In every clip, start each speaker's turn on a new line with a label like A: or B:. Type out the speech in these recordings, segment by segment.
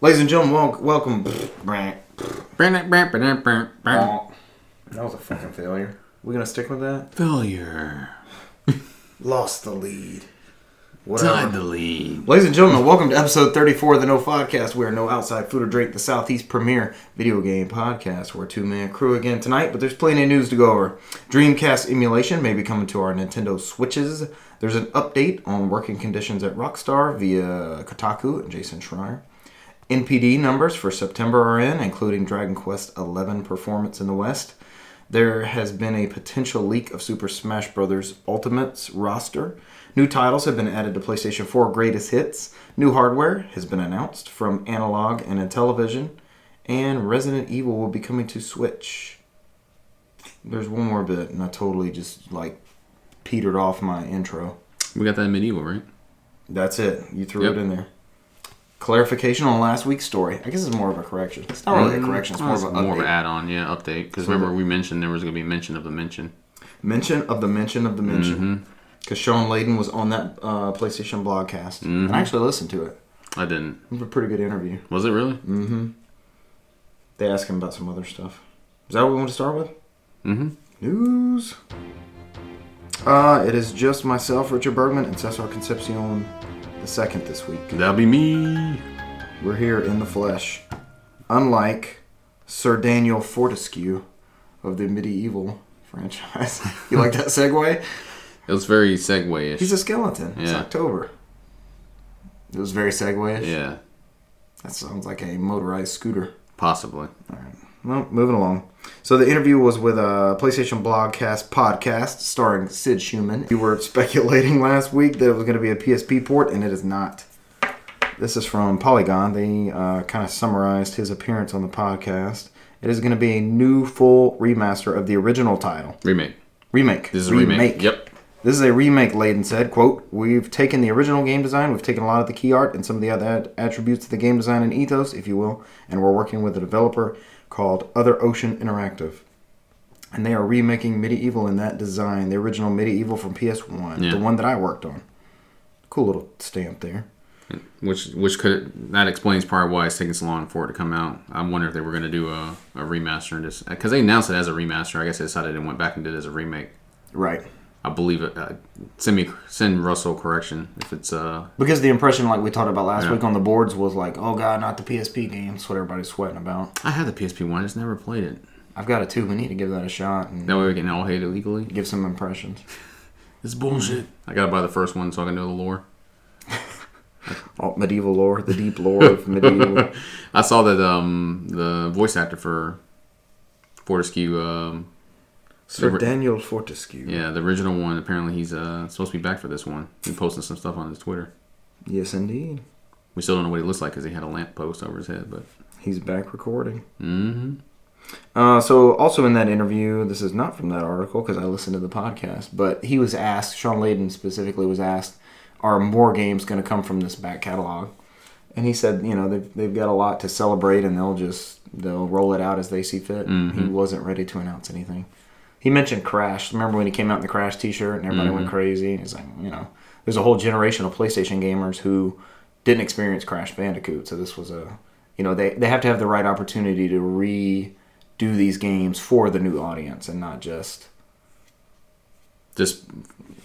A: Ladies and gentlemen, wel- welcome. that was a fucking failure. We're gonna stick with that.
B: Failure.
A: Lost the lead.
B: Tied the lead.
A: Ladies and gentlemen, welcome to episode 34 of the No Podcast. We are no outside food or drink, the Southeast premier video game podcast. We're a two man crew again tonight, but there's plenty of news to go over. Dreamcast emulation may be coming to our Nintendo Switches. There's an update on working conditions at Rockstar via Kotaku and Jason Schreier. NPD numbers for September are in, including Dragon Quest XI performance in the West. There has been a potential leak of Super Smash Bros. Ultimate's roster. New titles have been added to PlayStation 4 Greatest Hits. New hardware has been announced from Analog and Intellivision. And Resident Evil will be coming to Switch. There's one more bit, and I totally just like petered off my intro.
B: We got that medieval, right?
A: That's it. You threw
B: Yep.
A: it in there. Clarification on last week's story. I guess it's more of a correction. It's not
B: Oh,
A: really a correction. It's more of, a
B: Mm, more of an
A: update.
B: add-on, yeah, update. Because remember, we mentioned there was going to be mention of the mention.
A: mention of the mention of the mention. Because Sean Layden was on that uh, PlayStation blogcast, and I actually listened to it.
B: I didn't. Mm.
A: It was a pretty good interview.
B: Was it really?
A: They asked him about some other stuff. Is that what we want to start with?
B: Mm-hmm.
A: News. Uh, it is just myself, Richard Bergman, and Cesar Concepcion the second this week.
B: That'll be me.
A: We're here in the flesh. Unlike Sir Daniel Fortescue of the medieval franchise. you like that segue?
B: It was very segue-ish.
A: He's a skeleton. It's
B: Yeah.
A: October. It was very segue
B: yeah,
A: That sounds like a motorized scooter.
B: possibly.
A: Well, moving along. So the interview was with a PlayStation Blogcast podcast starring Sid Schumann. We were speculating last week that it was going to be a PSP port, and it is not. This is from Polygon. They uh, kind of summarized his appearance on the podcast. It is going to be a new full remaster of the original title.
B: Remake.
A: Remake.
B: This is a remake. Yep.
A: This is a remake, Layden said, quote, We've taken the original game design, we've taken a lot of the key art and some of the other at- attributes of the game design and ethos, if you will, and we're working with a developer called Other Ocean Interactive. And they are remaking Medieval in that design, the original Medieval from PS1,
B: Yeah.
A: the one that I worked on. Cool little stamp there.
B: Which which could that explains part why it's taking so long for it to come out. I wonder if they were going to do a, a remaster and just because they announced it as a remaster. I guess they decided and went back and did it as a remake.
A: Right.
B: I believe it. Uh, send me send Russell correction if it's uh
A: Because the impression, like we talked about last week on the boards, was like, oh god, not the PSP game. That's what everybody's sweating about.
B: I had the PSP one. I just never played it.
A: I've got it too. We need to give that a shot and
B: That way we can all hate it legally.
A: give some impressions.
B: It's bullshit. I gotta buy the first one so I can know the lore.
A: Alt Oh, medieval lore, the deep lore of medieval.
B: I saw that um the voice actor for Fortescue um
A: Sir
B: Over-
A: Daniel Fortescue.
B: yeah the original one apparently he's uh supposed to be back for this one. He posted some stuff on his Twitter.
A: Yes, indeed.
B: We still don't know what he looks like because he had a lamp post over his head, but
A: He's back recording.
B: mm-hmm.
A: Uh, so, also in that interview, this is not from that article because I listened to the podcast, but he was asked, Sean Layden specifically was asked, are more games going to come from this back catalog? And he said, you know, they've, they've got a lot to celebrate and they'll just, they'll roll it out as they see fit. He wasn't ready to announce anything. He mentioned Crash. Remember when he came out in the Crash T-shirt and everybody
B: Mm-hmm.
A: went crazy? It's like you know, there's a whole generation of PlayStation gamers who didn't experience Crash Bandicoot, so this was a you know they they have to have the right opportunity to redo these games for the new audience and not just
B: just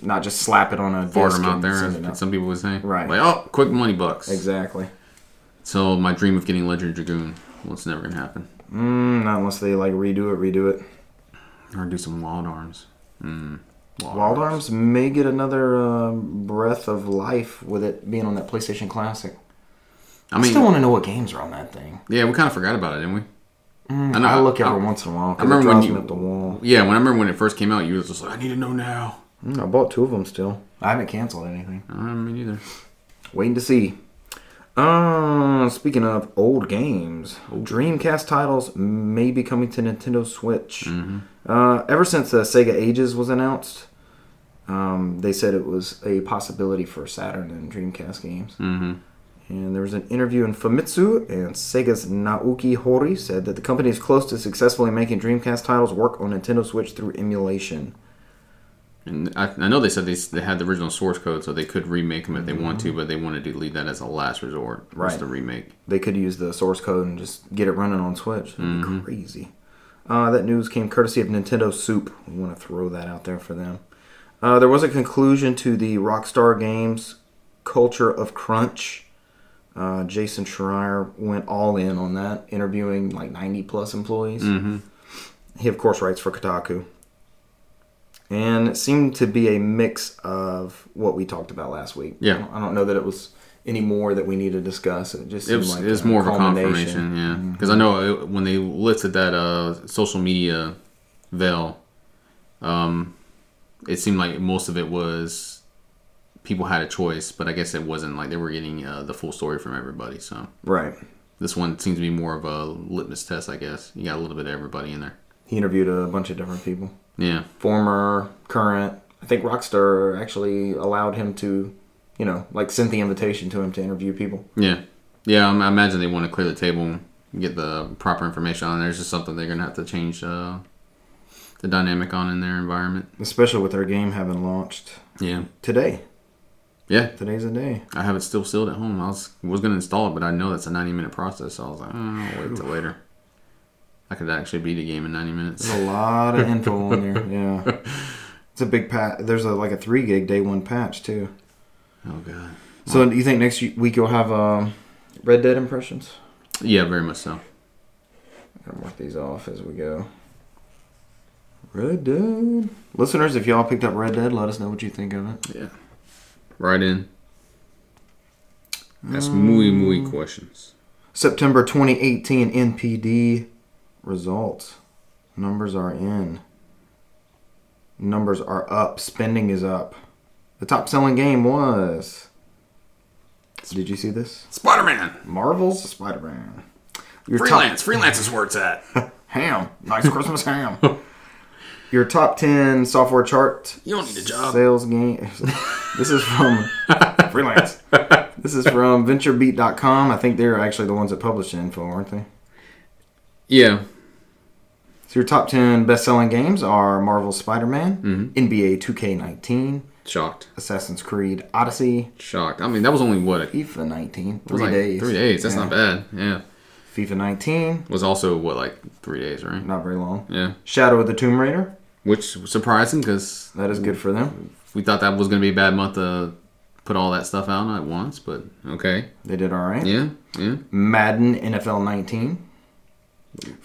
A: not just slap it on a
B: fart
A: disc
B: him out
A: and
B: there.
A: send
B: as
A: it out.
B: Some people would say
A: Right.
B: like oh quick money bucks.
A: Exactly.
B: So my dream of getting Legend Dragoon, well it's never gonna happen.
A: Mm, not unless they like redo it, redo it.
B: Or do some Wild Arms. Mm.
A: Wild Arms may get another um, breath of life with it being on that PlayStation Classic.
B: I
A: I,
B: mean,
A: still want to know what games are on that thing.
B: yeah, we kind of forgot about it, didn't we?
A: Mm, I,
B: know,
A: look
B: I-
A: every once in a while. 'cause it
B: remember when
A: drives
B: you-
A: me up the wall.
B: Yeah, when I remember when it first came out, you was just like, I need to know now.
A: Mm, I bought two of them still. I haven't canceled anything.
B: I don't mean either.
A: Waiting to see. Uh, speaking of old games, Dreamcast titles may be coming to Nintendo Switch. Uh, ever since the Sega Ages was announced, um, they said it was a possibility for Saturn and Dreamcast games.
B: Mm-hmm.
A: And there was an interview in Famitsu, and Sega's Naoki Hori said that the company is close to successfully making Dreamcast titles work on Nintendo Switch through emulation.
B: And I, I know they said they, s- they had the original source code, so they could remake them if they want to, but they wanted to leave that as a last resort. was
A: Right.
B: the remake.
A: They could use the source code and just get it running on Switch. That'd be crazy. Uh, that news came courtesy of Nintendo Soup. We want to throw that out there for them. Uh, there was a conclusion to the Rockstar Games culture of crunch. Uh, Jason Schreier went all in on that, interviewing like 90 plus employees. He, of course, writes for Kotaku. And it seemed to be a mix of what we talked about last week.
B: Yeah.
A: I don't- I don't know that it was any more that we need to discuss. It just
B: It
A: seemed
B: was,
A: like
B: it was more of a
A: culmination. Mm-hmm.
B: confirmation, yeah. Because I know it, when they lifted that uh, social media veil, um, it seemed like most of it was people had a choice, but I guess it wasn't like they were getting uh, the full story from everybody. So
A: Right.
B: this one seems to be more of a litmus test, I guess. You got a little bit of everybody in there.
A: He interviewed a bunch of different people.
B: Yeah,
A: former, current. I think Rockstar actually allowed him to, you know, like sent the invitation to him to interview people.
B: yeah, yeah. I I imagine they want to clear the table, get the proper information on there. It's just something they're gonna have to change uh, the dynamic on in their environment.
A: Especially with their game having launched
B: Yeah,
A: today.
B: yeah.
A: Today's the day.
B: I have it still sealed at home. I was was gonna install it, but I know that's a ninety minute process. So I was like, oh, I'll wait till later. I could actually beat the game in ninety minutes.
A: There's a lot of info on there. Yeah. It's a big patch. There's a, like a three gig day one patch too.
B: Oh god.
A: So do you think next week you'll have um, Red Dead impressions?
B: Yeah, very much so.
A: I'm gonna mark these off as we go. Red Dead. Listeners, if y'all picked up Red Dead, let us know what you think of it.
B: Yeah. Right in.
A: Mm.
B: That's muy muy questions.
A: September 2018 NPD results. Numbers are in. Numbers are up. Spending is up. The top selling game was. Did you see this?
B: Spider Man.
A: Marvel's Spider Man. Your top
B: Freelance. Freelance is where it's at.
A: ham. Nice Christmas ham. Your top 10 software chart
B: You don't need a job.
A: Sales game. This is from freelance. This is from VentureBeat.com. I think they're actually the ones that published the info, aren't they?
B: Yeah.
A: So your top ten best-selling games are Marvel Spider-Man,
B: Mm-hmm.
A: NBA 2K19,
B: Shocked.
A: Assassin's Creed Odyssey,
B: Shocked. I mean, that was only what a,
A: FIFA 19,
B: it was
A: three
B: like
A: days,
B: Three days. That's
A: Yeah.
B: not bad. Yeah.
A: FIFA 19,
B: It was also what like three days, right?
A: not very long.
B: Yeah.
A: Shadow of the Tomb Raider,
B: Which was surprising because
A: that is good for them.
B: we thought that was going to be a bad month to put all that stuff out at once, but okay.
A: They did all right.
B: Yeah, yeah.
A: Madden NFL 19,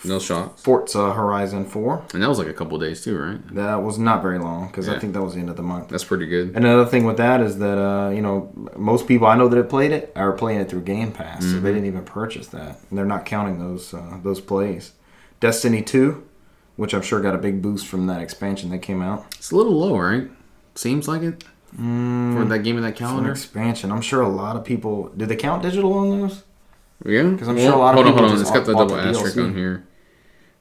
B: No shocks.
A: Forza uh, Horizon 4.
B: And that was like a couple days too, right?
A: That was not very long because I
B: Yeah.
A: think that was the end of the month.
B: That's pretty good.
A: And Another thing with that is that uh, you know most people I know that have played it are playing it through Game Pass,
B: Mm-hmm.
A: so they didn't even purchase that. And they're not counting those uh, those plays. Destiny Two, which I'm sure got a big boost from that expansion that came out.
B: It's a little low, right? Seems like it
A: Mm.
B: for that game of that
A: An
B: calendar.
A: expansion. I'm sure a lot of people did they count digital on those?
B: Yeah,
A: 'Cause I'm sure a lot of
B: hold
A: people
B: on, hold on.
A: just
B: It's got the
A: bought
B: double
A: the
B: asterisk
A: DLC.
B: on here.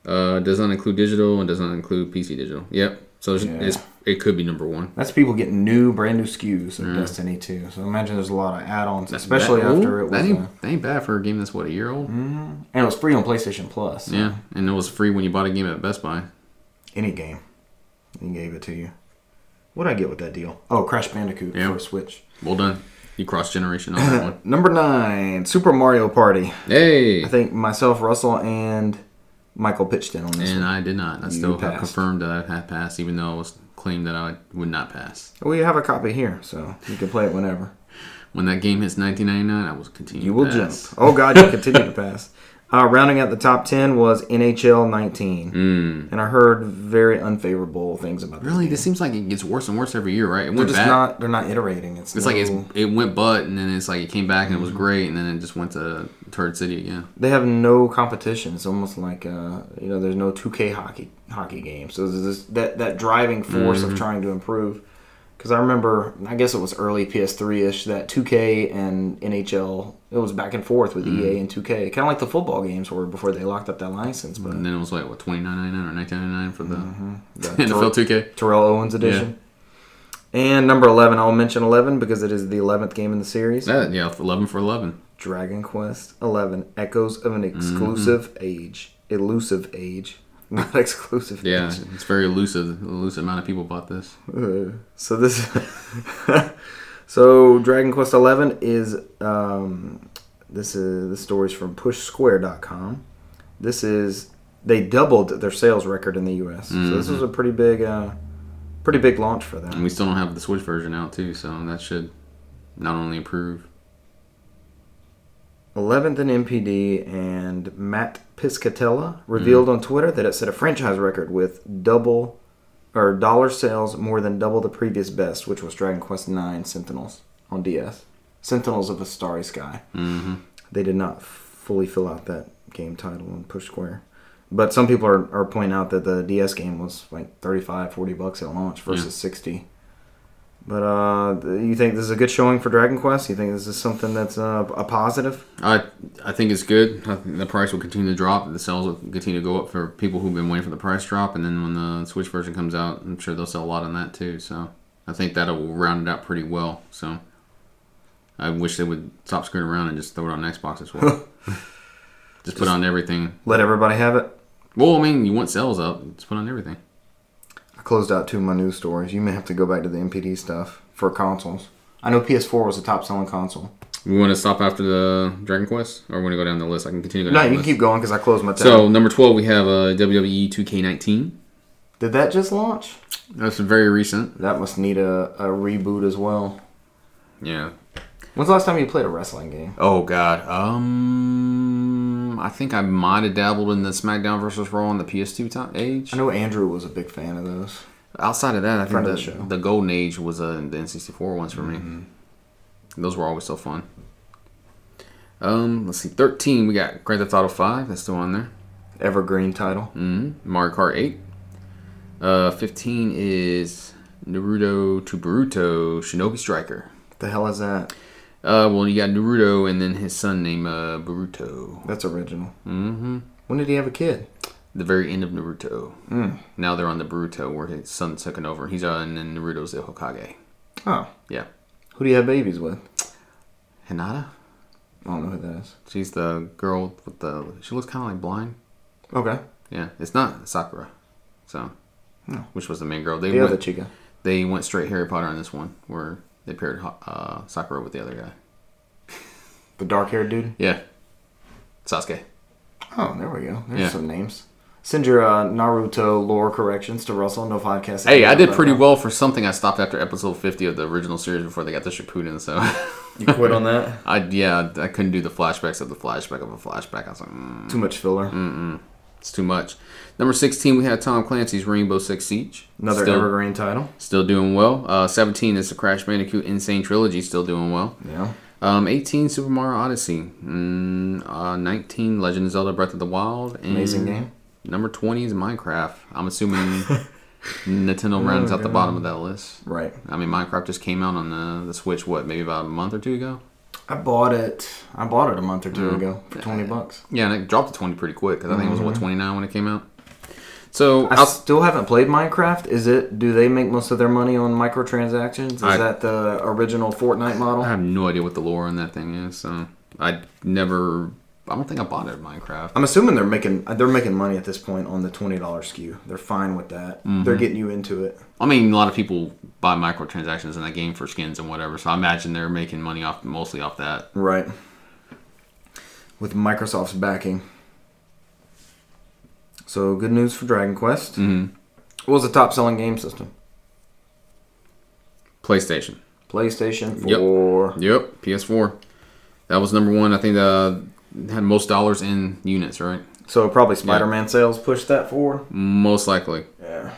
B: Uh, does not include digital and does not include PC digital. Yep. So it's,
A: Yeah.
B: it's, it could be number one.
A: That's people getting new, brand new SKUs
B: Mm.
A: of Destiny Two. So I imagine there's a lot of add-ons, especially
B: That-
A: after
B: ooh,
A: it was Mm-hmm.
B: that ain't,
A: uh,
B: that ain't bad for a game that's what a year old.
A: and it was free on PlayStation Plus. so
B: Yeah, and it was free when you bought a game at Best Buy.
A: Any game, they gave it to you. What would I get with that deal? Oh, Crash Bandicoot
B: Yeah.
A: for Switch.
B: Well done. You cross generation on that one.
A: Number nine, Super Mario Party.
B: Hey.
A: I think myself, Russell, and Michael pitched in on this.
B: And
A: one.
B: I did not. I still have
A: passed.
B: confirmed that I had passed, even though I was claimed that I would not pass.
A: we have a copy here, so you can play it whenever.
B: When that game hits 1999, I will continue.
A: You
B: to
A: will
B: pass.
A: jump. Oh God, you continue to pass. Uh, rounding out the top ten was NHL 19, mm. and I heard very unfavorable things about this
B: Hmm. Really,
A: game.
B: this seems like it gets worse and worse every year, right? It went
A: They're just
B: back.
A: not. They're not iterating. It's,
B: it's
A: no-
B: like it's, it went butt, and then it's like it came back and it
A: Mm-hmm.
B: was great, and then it just went to Turd City again.
A: they have no competition. It's almost like uh, you know, there's no 2K hockey hockey game. So there's this, that that driving force
B: Mm-hmm.
A: of trying to improve. Because I remember, I guess it was early PS3 ish that 2K and NHL it was back and forth with EA
B: Mm.
A: and 2K, kind of like the football games were before they locked up that license. But
B: And then it was like what 29.99 or 19.99 for the
A: Mm-hmm. the
B: NFL 2K.
A: Terrell Owens edition. And number 11, I'll mention 11 because it is the 11th game in the series.
B: That, yeah, 11 for 11. Mm-hmm.
A: Dragon Quest 11 Echoes of an Exclusive Age, Elusive Age. not exclusive.
B: Yeah, it's very elusive. Elusive amount of people bought this.
A: Uh, so this, so Dragon Quest Eleven is um, this is this story's from PushSquare.com. This is they doubled their sales record in the U.S. So this was a pretty big, uh, pretty big launch for them.
B: And we still don't have the Switch version out too, so that should not only improve.
A: 11th in MPD, and Matt Piscatella revealed on Twitter that it set a franchise record with double or dollar sales more than double the previous best, which was Dragon Quest IX Sentinels on DS. Sentinels of a Starry Sky.
B: hmm
A: They did not fully fill out that game title on Push Square. But some people are, are pointing out that the DS game was like 35, 40 bucks at launch versus 60. But uh, th- you think this is a good showing for Dragon Quest? You think this is something that's uh, a positive?
B: I I think it's good. I think the price will continue to drop. The sales will continue to go up for people who've been waiting for the price drop. And then when the Switch version comes out, I'm sure they'll sell a lot on that too. So I think that'll round it out pretty well. So I wish they would stop screwing around and just throw it on Xbox as well. just put on everything.
A: Let everybody have it.
B: Well, I mean, you want sales up, just put on everything.
A: I closed out two of my news stories. You may have to go back to the MPD stuff for consoles. I know PS4 was the top selling console.
B: We want to stop after the Dragon Quest, or want to go down the list? I can continue. Going
A: No,
B: down
A: you
B: the
A: can
B: list.
A: keep going because I closed my tab.
B: So number twelve, we have uh, WWE 2K19.
A: Did that just launch?
B: That's very recent.
A: That must need a, a reboot as well.
B: Yeah.
A: When's the last time you played a wrestling game?
B: Oh God. Um, I think I might have dabbled in the SmackDown versus Raw on the PS2 time age.
A: I know Andrew was a big fan of those.
B: Outside of that, I think
A: Friend
B: the,
A: of the
B: the,
A: show.
B: Golden Age was uh, the N64 ones for me.
A: Mm-hmm.
B: Those were always so fun. Um, let's see, thirteen. We got Grand Theft Auto Five. That's still on there.
A: Evergreen title.
B: hmm Mario Kart 8. Uh, 15 is Naruto to Boruto Shinobi Striker.
A: The hell is that?
B: Uh, well, you got Naruto and then his son named uh, Boruto.
A: That's original.
B: hmm
A: When did he have a kid?
B: The very end of Naruto.
A: Mm.
B: Now they're on the Boruto where his son's taken over. He's on and Naruto's the Hokage.
A: Oh.
B: Yeah.
A: Who do you have babies with?
B: Hinata?
A: I don't know who that is.
B: She's the girl with the. She looks kind of like blind.
A: Okay.
B: Yeah, it's not Sakura. So,
A: No.
B: which was the main girl. They
A: The
B: went,
A: other chica.
B: they went straight Harry Potter on this one where they paired Ho- uh, Sakura with the other guy.
A: The dark haired dude.
B: Yeah. Sasuke.
A: Oh, there we go. There's
B: Yeah.
A: some names. Send your uh, Naruto lore corrections to Russell. No podcast.
B: Hey, I did pretty well for something. I stopped after episode 50 of the original series before they got the Shippuden, so.
A: You quit on that?
B: I yeah, I couldn't do the flashbacks of the flashback of a flashback. I was like, mm,
A: Too much filler.
B: it's too much. Number 16, we had Tom Clancy's Rainbow Six Siege.
A: Another
B: still,
A: evergreen title.
B: Still doing well. Uh, 17 is the Crash Bandicoot Insane Trilogy, still doing well.
A: Yeah.
B: Um, 18, Super Mario Odyssey. Mm, uh, 19, Legend of Zelda Breath of the Wild. And
A: Amazing game.
B: Number 20 is Minecraft. I'm assuming Nintendo
A: Oh,
B: rounds out the bottom of that list.
A: Right.
B: I mean, Minecraft just came out on the, the Switch, what, maybe about a month or two ago?
A: I bought it. I bought it a month or 2 ago for twenty bucks.
B: Mm. Yeah, and it dropped to 20 pretty quick because I think it was, what, 29 when it came out? So,
A: Mm-hmm. I
B: I'll-
A: still haven't played Minecraft. Is it? Do they make most of their money on microtransactions? Is
B: I-
A: that the original Fortnite
B: I
A: model?
B: have no idea what the lore on that thing is. So, I never, I don't think I bought it Minecraft.
A: I'm assuming they're making they're making money at this point on the twenty dollars skew. They're fine with that. They're getting you into it.
B: I mean, a lot of people buy microtransactions in that game for skins and whatever. So, I imagine they're making money off mostly off that.
A: Right. With Microsoft's backing. So good news for Dragon Quest.
B: Mhm.
A: What was the top selling game system?
B: PlayStation.
A: PlayStation
B: Yep.
A: for
B: Yep, PS4. That was number one. I think the had most dollars in units, right?
A: So probably Spider Man sales pushed that forward.
B: Most likely.
A: Yeah.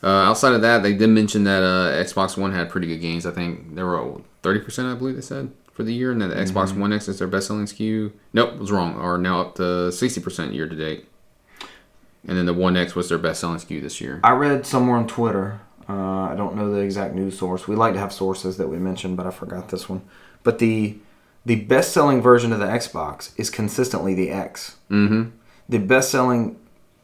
B: Uh, outside of that, they did mention that uh, Xbox One had pretty good games. I think there were thirty percent, I believe they said, for the year, and that the Xbox One X is their best-selling SKU. Nope, was wrong. Are now up to sixty percent year to date. And then the One X was their best-selling SKU this year.
A: I read somewhere on Twitter. Uh, I don't know the exact news source. We like to have sources that we mention, but I forgot this one. But the the best selling version of the Xbox is consistently the X.
B: Mm-hmm.
A: The best selling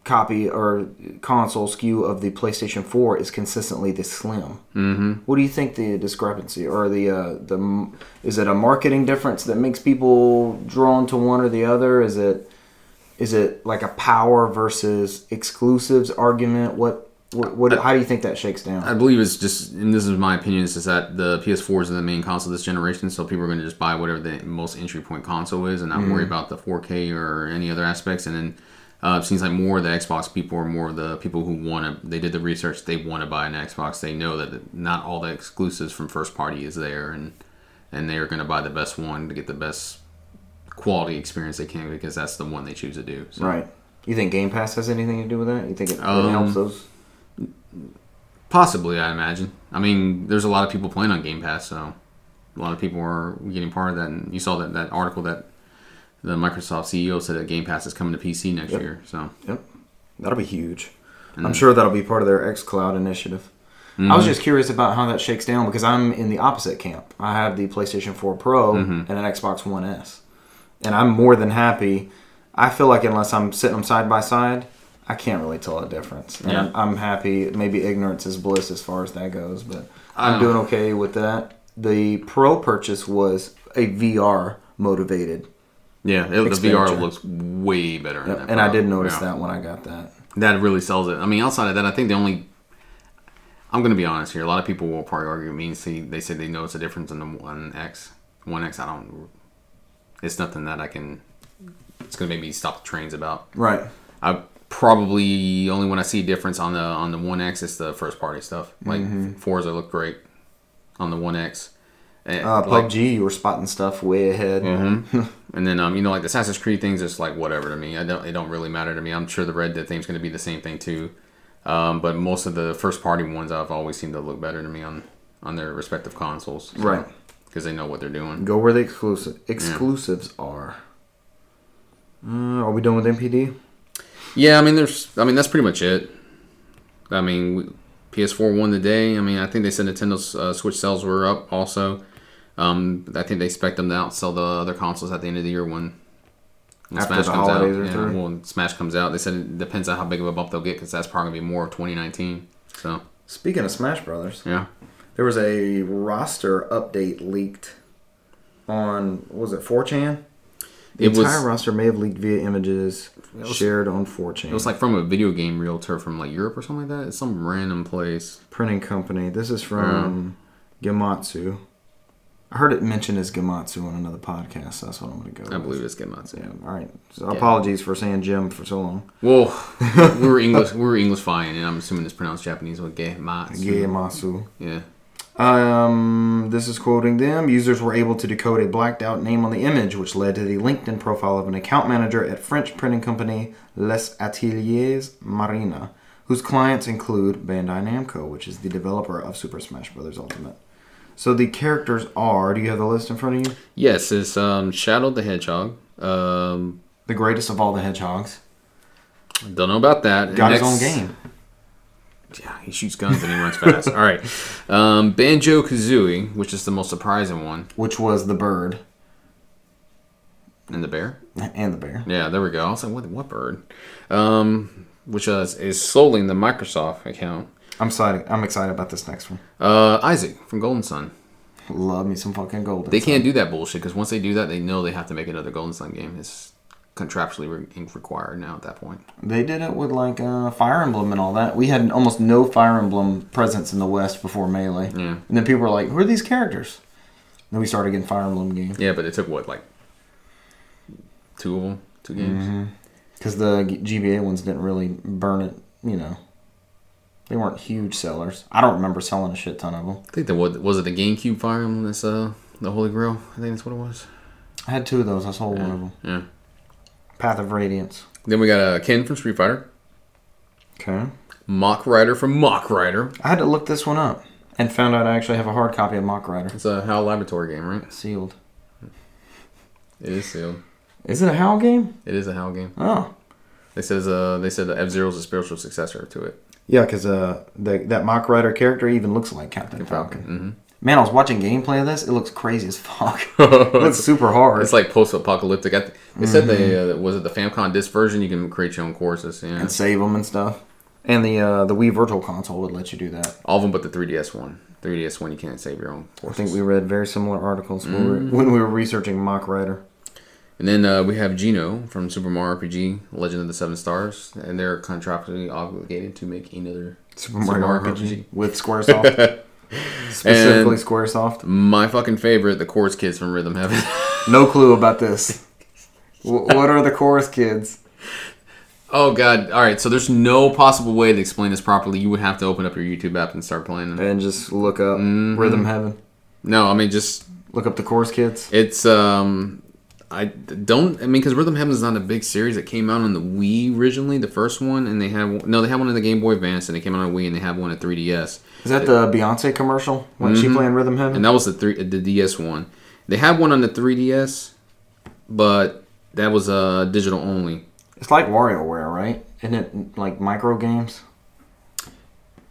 A: copy or console SKU of the PlayStation 4 is consistently the Slim.
B: Mm-hmm.
A: What do you think the discrepancy or the uh, the m- is it a marketing difference that makes people drawn to one or the other? Is it Is it like a power versus exclusives argument? What what, what how do you think that shakes down?
B: I believe it's just, and this is my opinion, is just that the PS4 is the main console this generation, so people are going to just buy whatever the most entry point console is and not worry about the 4K or any other aspects. And then uh, it seems like more of the Xbox people are more of the people who want to, they did the research, they want to buy an Xbox. They know that not all the exclusives from first party is there, and, and they're going to buy the best one to get the best quality experience they can because that's the one they choose to do. So.
A: Right. You think Game Pass has anything to do with that? You think it, it
B: Um,
A: helps those?
B: Possibly, I imagine. I mean, there's a lot of people playing on Game Pass, so a lot of people are getting part of that. And you saw that, that article that the Microsoft CEO said that Game Pass is coming to PC next year. So
A: Yep. That'll be huge. I'm sure that'll be part of their xCloud initiative. I
B: Mm-hmm.
A: was just curious about how that shakes down because I'm in the opposite camp. I have the PlayStation 4 Pro
B: Mm-hmm.
A: and an Xbox One S. And I'm more than happy. I feel like unless I'm sitting them side by side, I can't really tell a difference. And
B: Yeah.
A: I'm, I'm happy. Maybe ignorance is bliss as far as that goes, but
B: Um,
A: I'm doing okay with that. The Pro purchase was a VR motivated,
B: yeah, it, the
A: Expenditure.
B: VR looks way better. in that
A: and I did
B: product.
A: notice
B: Yeah.
A: that when I got that.
B: that really sells it. I mean, outside of that, I think the only I'm going to be honest here. A lot of people will probably argue with me and see they say they know it's a difference in the One X. One X, I don't. It's nothing that I can. It's going to make me stop the trains about.
A: Right.
B: I probably only when I see a difference on the on the One X, it's the first party stuff. Like
A: Mm-hmm.
B: Forza looked great on the One X. And,
A: Uh,
B: like,
A: PUBG, you were spotting stuff way ahead.
B: and then um, you know, like the Assassin's Creed things, it's like whatever to me. I don't, it don't really matter to me. I'm sure the Red Dead thing's going to be the same thing too. Um, but most of the first party ones, I've always seemed to look better to me on on their respective consoles,
A: Right.
B: Because they know what they're doing.
A: Go where the exclusive exclusives are. Uh, are we done with MPD?
B: Yeah, I mean, there's, I mean, that's pretty much it. I mean, we, PS4 won the day. I mean, I think they said Nintendo's uh, Switch sales were up also. Um, I think they expect them to outsell the other consoles at the end of the year when, when
A: After the holidays
B: out.
A: are
B: yeah,
A: through.
B: when Smash comes out, they said it depends on how big of a bump they'll get because that's probably gonna be more of 2019. So
A: Speaking of Smash Brothers,
B: yeah,
A: there was a roster update leaked on what was it 4chan? The
B: It was-
A: entire roster may have leaked via images shared on 4chan.
B: it was like from a video game realtor from like Europe or something like that. It's some random place.
A: printing company. This is from Gamatsu. I heard it mentioned as Gamatsu on another podcast. So that's what I'm going to go.
B: I
A: with.
B: believe it's Gematsu.
A: Yeah. All right. So apologies for saying Jim for so long.
B: Well, we were English, we were English fine, and I'm assuming it's pronounced Japanese with Gematsu.
A: Gamatsu.
B: Yeah.
A: Um, this is quoting them. Users were able to decode a blacked out name on the image, which led to the LinkedIn profile of an account manager at French printing company Les Ateliers Marina, whose clients include Bandai Namco, which is the developer of Super Smash Bros. Ultimate. So the characters are. Do you have the list in front of you?
B: Yes, it's um, Shadow the Hedgehog. Um,
A: The greatest of all the hedgehogs
B: don't know about that.
A: got his
B: Next-
A: own game.
B: Yeah, he shoots guns and he runs fast. All right. Um, Banjo Kazooie, which is the most surprising one,
A: Which was the bird
B: and the bear.
A: and the bear.
B: Yeah, there we go. I was like, what, what bird? Um, which is, is solely in the Microsoft account.
A: I'm excited. I'm excited about this next one.
B: Uh, Isaac from Golden Sun.
A: Love me some fucking golden.
B: They can't do that bullshit because once they do that, they know they have to make another Golden Sun game. It's contractually re- required now at that point.
A: They did it with like uh, Fire Emblem and all that. We had almost no Fire Emblem presence in the West before Melee.
B: Yeah.
A: And then people were like, "Who are these characters?" And then we started getting Fire Emblem games
B: Yeah, but it took what, like two of them? Two games?
A: because the G- GBA ones didn't really burn it. You know, they weren't huge sellers. I don't remember selling a shit ton of them.
B: I think that was, was it the GameCube Fire Emblem that's uh the Holy Grail. I think that's what it was.
A: I had two of those. I sold one of them.
B: Yeah.
A: Path of Radiance.
B: Then we got uh, Ken from Street Fighter,
A: Okay.
B: Mock Rider from Mock Rider.
A: I had to look this one up and found out I actually have a hard copy of Mock Rider
B: It's a HAL Laboratory game, right?
A: sealed.
B: It is sealed.
A: Is it a HAL game?
B: It is a HAL game.
A: Oh.
B: They says uh they said F Zero is a spiritual successor to it.
A: Yeah, because uh, the, that Mock Rider character even looks like Captain Falcon.
B: Falcon. Mm-hmm.
A: Man, I was watching gameplay of this. It looks crazy as fuck. it looks super hard.
B: It's like post apocalyptic. Th- they said they uh, was it the Famcon disc version. You can create your own courses. Yeah,
A: and save them and stuff. And the uh, the Wii Virtual Console would let you do that.
B: all of them but the 3DS one. 3DS one you can't save your own
A: I
B: courses.
A: Mm. think we read very similar articles when we were- when we were researching Mock Rider.
B: And then uh, we have Gino from Super Mario RPG: Legend of the Seven Stars, and they're contractually obligated to make another
A: Super Mario RPG, with SquareSoft. Specifically SquareSoft.
B: My fucking favorite, the Chorus Kids from Rhythm Heaven.
A: No clue about this. Wh- what are the chorus kids?
B: oh god! All right, so there's no possible way to explain this properly. You would have to open up your YouTube app and start playing. Them.
A: And just look up Mm-hmm. Rhythm Heaven.
B: No, I mean just
A: Look up the chorus kids.
B: It's um, I don't. I mean, because Rhythm Heaven is not a big series that came out on the Wii originally, the first one, and they have no, they had one in the Game Boy Advance, and they came out on Wii, and they have one at 3DS,
A: Is that the Beyonce commercial when she playing Rhythm Heaven?
B: and that was the three the DS one. They had one on the 3DS, but that was uh digital only.
A: It's like WarioWare, right? Isn't it like micro games?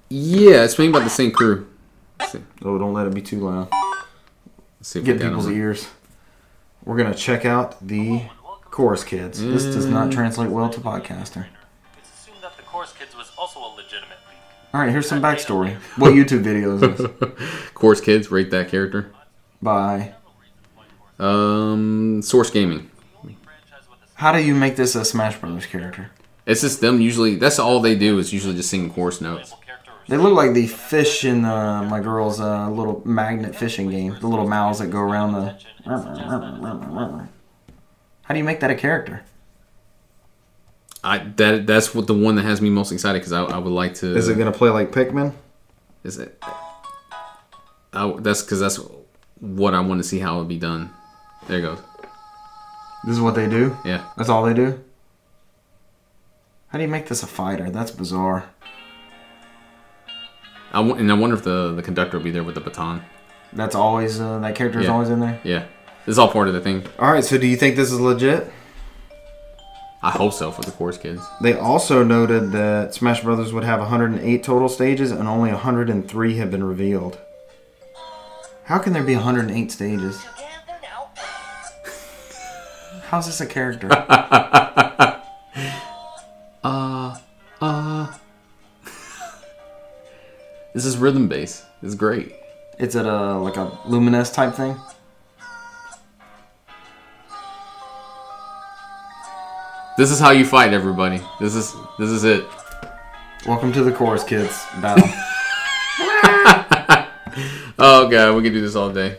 B: Yeah, it's made by the same crew. Let's see,
A: Oh, don't let it be too loud.
B: Let's see if
A: Get
B: we got
A: people's
B: them.
A: ears. We're gonna check out the chorus kids. This does not translate well to podcaster.
C: It's assumed that the Chorus Kids was also a legitimate league.
A: All right, here's some backstory. What YouTube video is this?
B: Course Kids rate that character.
A: By
B: Um, Source Gaming.
C: Franchise with a
A: how do you make this a Smash Brothers character?
B: It's just them usually. That's all they do is usually just sing chorus notes.
C: stable character or
A: They look like the fish in uh, my girl's uh, little magnet fishing game. The little mouths that go around the. How do you make that a character?
B: I that that's what the one that has me most excited because I, I would like to.
A: Is it gonna play like Pikmin?
B: Is it? I, that's because that's what I want to see how it would be done. There it goes.
A: This is what they do.
B: Yeah.
A: That's all they do? How do you make this a fighter? That's bizarre.
B: I w- and I wonder if the, the conductor will be there with the baton.
A: That's always, uh, that character's
B: Yeah.
A: always in there.
B: Yeah. This is all part of the thing.
A: Alright, so do you think this is legit?
B: I hope so for the chorus kids.
A: They also noted that Smash Brothers would have 108 total stages and only 103 have been revealed. How can there be 108 stages?
D: Together now.
A: How's this a character?
B: This is rhythm based. It's great.
A: It's at a like a luminous type thing.
B: This is how you fight everybody. This is this is it.
A: Welcome to the chorus, kids. Battle.
B: Oh god, we could do this all day.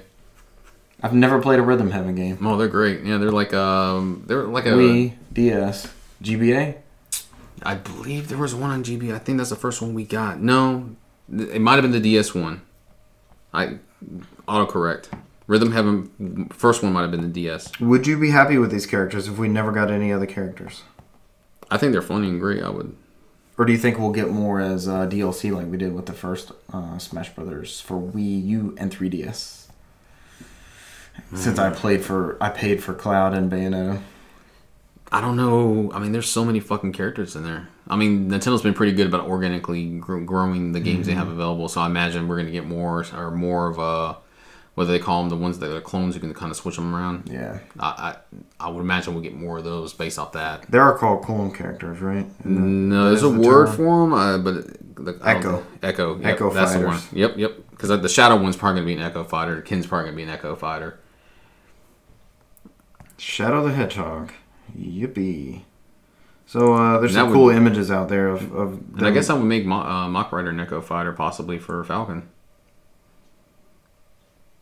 A: I've never played a rhythm heaven game.
B: Oh, they're great. Yeah, they're like um they're like a. I
A: Wii, DS, GBA.
B: believe there was one on GB. I think that's the first one we got. No, th- it might have been the DS one. I autocorrect. Rhythm Heaven first one might have been the DS.
A: Would you be happy with these characters if we never got any other characters?
B: I think they're funny and great. I would.
A: Or do you think we'll get more as uh, DLC like we did with the first uh, Smash Brothers for Wii U and 3DS? Since
B: Hmm.
A: I played for, I paid for Cloud and Bayonetta.
B: I don't know. I mean, there's so many fucking characters in there. I mean, Nintendo's been pretty good about organically gr- growing the games they have
A: Mm-hmm.
B: available. So I imagine we're gonna get more or more of a whether they call them the ones that are clones. You can kind of switch them around.
A: Yeah,
B: I, I I would imagine we'll get more of those based off that.
A: they are called clone characters, right? And then-
B: No, there's
A: Mm-hmm. is
B: a
A: the
B: word
A: term.
B: for 'em, for them, uh, but it- the, I don't
A: Echo.
B: know. echo, yep,
A: Echo
B: that's the one.
A: fighters.
B: Yep, yep. Because the shadow one's probably gonna be an echo fighter. Ken's probably gonna be an echo fighter.
A: Shadow the Hedgehog. Yippee! So uh, there's
B: And that
A: some cool
B: would-
A: images out there of. of
B: And I guess I would make Mo- uh, Mock Rider an echo fighter possibly for Falcon.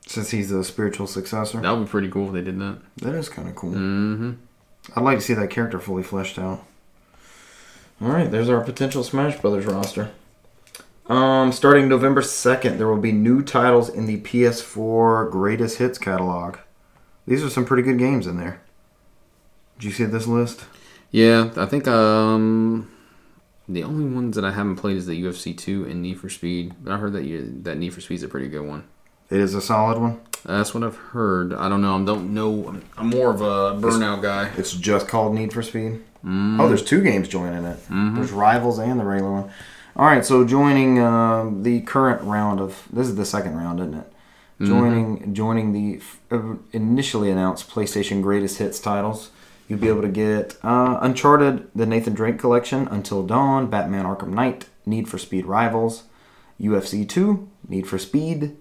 A: since he's a spiritual successor,
B: That would be pretty cool if they did that.
A: that is kind of cool.
B: Mm-hmm.
A: I'd like to see that character fully fleshed out. All right, there's our potential Smash Brothers roster. Um, starting November 2nd, there will be new titles in the PS4 Greatest Hits catalog. These are some pretty good games in there. Did you see this list?
B: Yeah, I think um the only ones that I haven't played is the UFC two and Need for Speed. But I heard that you, that Need for Speed's a pretty good one.
A: It is a solid one.
B: Uh, that's what I've heard. I don't know. I don't know. I'm, I'm more of a burnout guy.
A: It's just called Need for Speed. Oh, there's two games joining it. There's Rivals and the regular one. All right, so joining uh, the current round of this is the second round, isn't it? Joining joining the f- uh, initially announced PlayStation Greatest Hits titles, you'll be able to get uh, Uncharted: The Nathan Drake Collection, Until Dawn, Batman: Arkham Knight, Need for Speed Rivals, UFC 2, Need for Speed,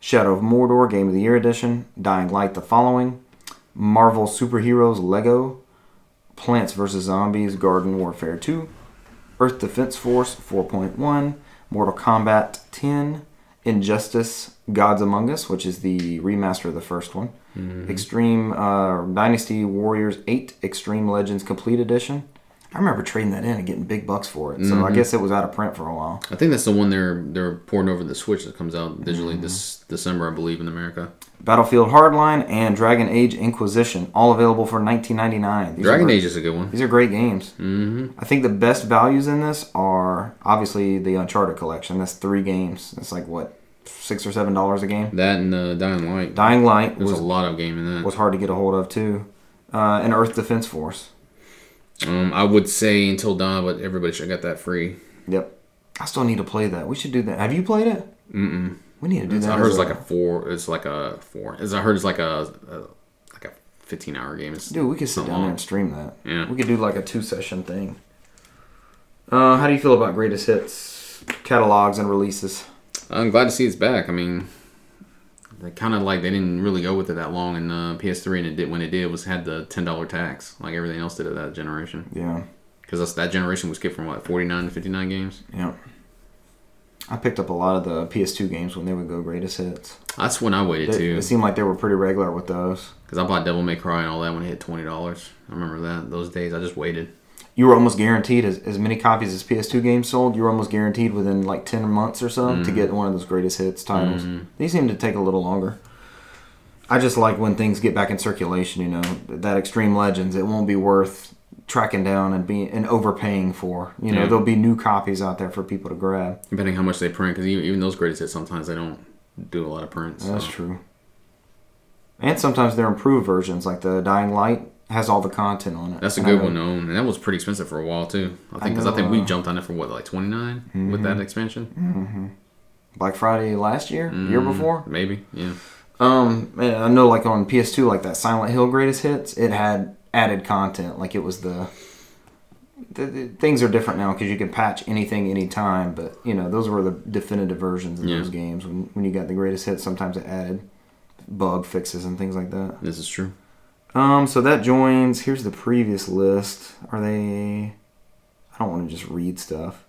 A: Shadow of Mordor Game of the Year Edition, Dying Light: The Following, Marvel Superheroes Lego, Plants vs. Zombies Garden Warfare 2, Earth Defense Force 4.1, Mortal Kombat 10, Injustice Gods Among Us, which is the remaster of the first one,
B: Mm-hmm.
A: Extreme uh, Dynasty Warriors 8, Extreme Legends Complete Edition. I remember trading that in and getting big bucks for it, so
B: Mm-hmm.
A: I guess it was out of print for a while.
B: I think that's the one they're they're pouring over the Switch that comes out digitally this
A: Mm-hmm.
B: December, I believe, in America.
A: Battlefield Hardline and Dragon Age Inquisition, all available for 19.99. These are
B: Dragon
A: great-
B: Age is a good one.
A: These are great games. Mm-hmm. I think the best values in this are obviously the Uncharted collection. That's three games. That's like what six or seven dollars a game.
B: That and uh, Dying Light.
A: Dying Light
B: There's
A: was
B: a lot of game in
A: was
B: that.
A: hard to get a hold of too, uh, and Earth Defense Force.
B: Um, I would say Until Dawn, but everybody should have got that free.
A: Yep, I still need to play that. We should do that. Have you played it? Mm-mm. We need to do
B: It's,
A: that.
B: I heard
A: as
B: it's
A: well.
B: like a four. It's like a four. It's, I heard it's like a, a like a fifteen hour game. It's,
A: Dude, we could sit
B: Not
A: down
B: long.
A: there and stream that.
B: Yeah.
A: We could do like a two session thing. Uh, how do you feel about greatest hits, catalogs, and releases?
B: I'm glad to see it's back. I mean, they kind of like they didn't really go with it that long in uh, PS3, and it did when it did was had the ten dollar tax, like everything else did of that generation.
A: Yeah.
B: Because that generation was skipped from what forty nine to fifty nine games.
A: Yeah. I picked up a lot of the PS2 games when they would go greatest hits.
B: That's when I waited
A: They-
B: too.
A: It seemed like they were pretty regular with those.
B: Because I bought Devil May Cry and all that when it hit twenty dollars. I remember that those days. I just waited.
A: You were almost guaranteed as, as many copies as PS2 games sold. You were almost guaranteed within like ten months or so
B: Mm.
A: to get one of those greatest hits titles. These seem to take a little longer. I just like when things get back in circulation. You know that Extreme Legends. It won't be worth tracking down and being and overpaying for. You know
B: Yeah.
A: there'll be new copies out there for people to grab.
B: Depending how much they print, because even, even those greatest hits sometimes they don't do a lot of prints.
A: That's
B: so.
A: true. And sometimes they're improved versions, like the Dying Light has all the content on it.
B: That's a
A: And I
B: good
A: know-
B: one to own, and that was pretty expensive for a while too. I think because I,
A: know,
B: think we
A: uh,
B: jumped on it for what like twenty with that expansion,
A: Black Friday last year, year
B: Mm.
A: before.
B: maybe. Yeah,
A: Um, and I know, like on PS2, like that Silent Hill Greatest Hits, it had added content. Like it was the, the, the things are different now because you can patch anything anytime. But you know, those were the definitive versions of
B: Yeah.
A: those games. When when you got the Greatest Hits, sometimes it added bug fixes and things like that.
B: this is true.
A: Um, so that joins. Here's the previous list. Are they? I don't want to just read stuff.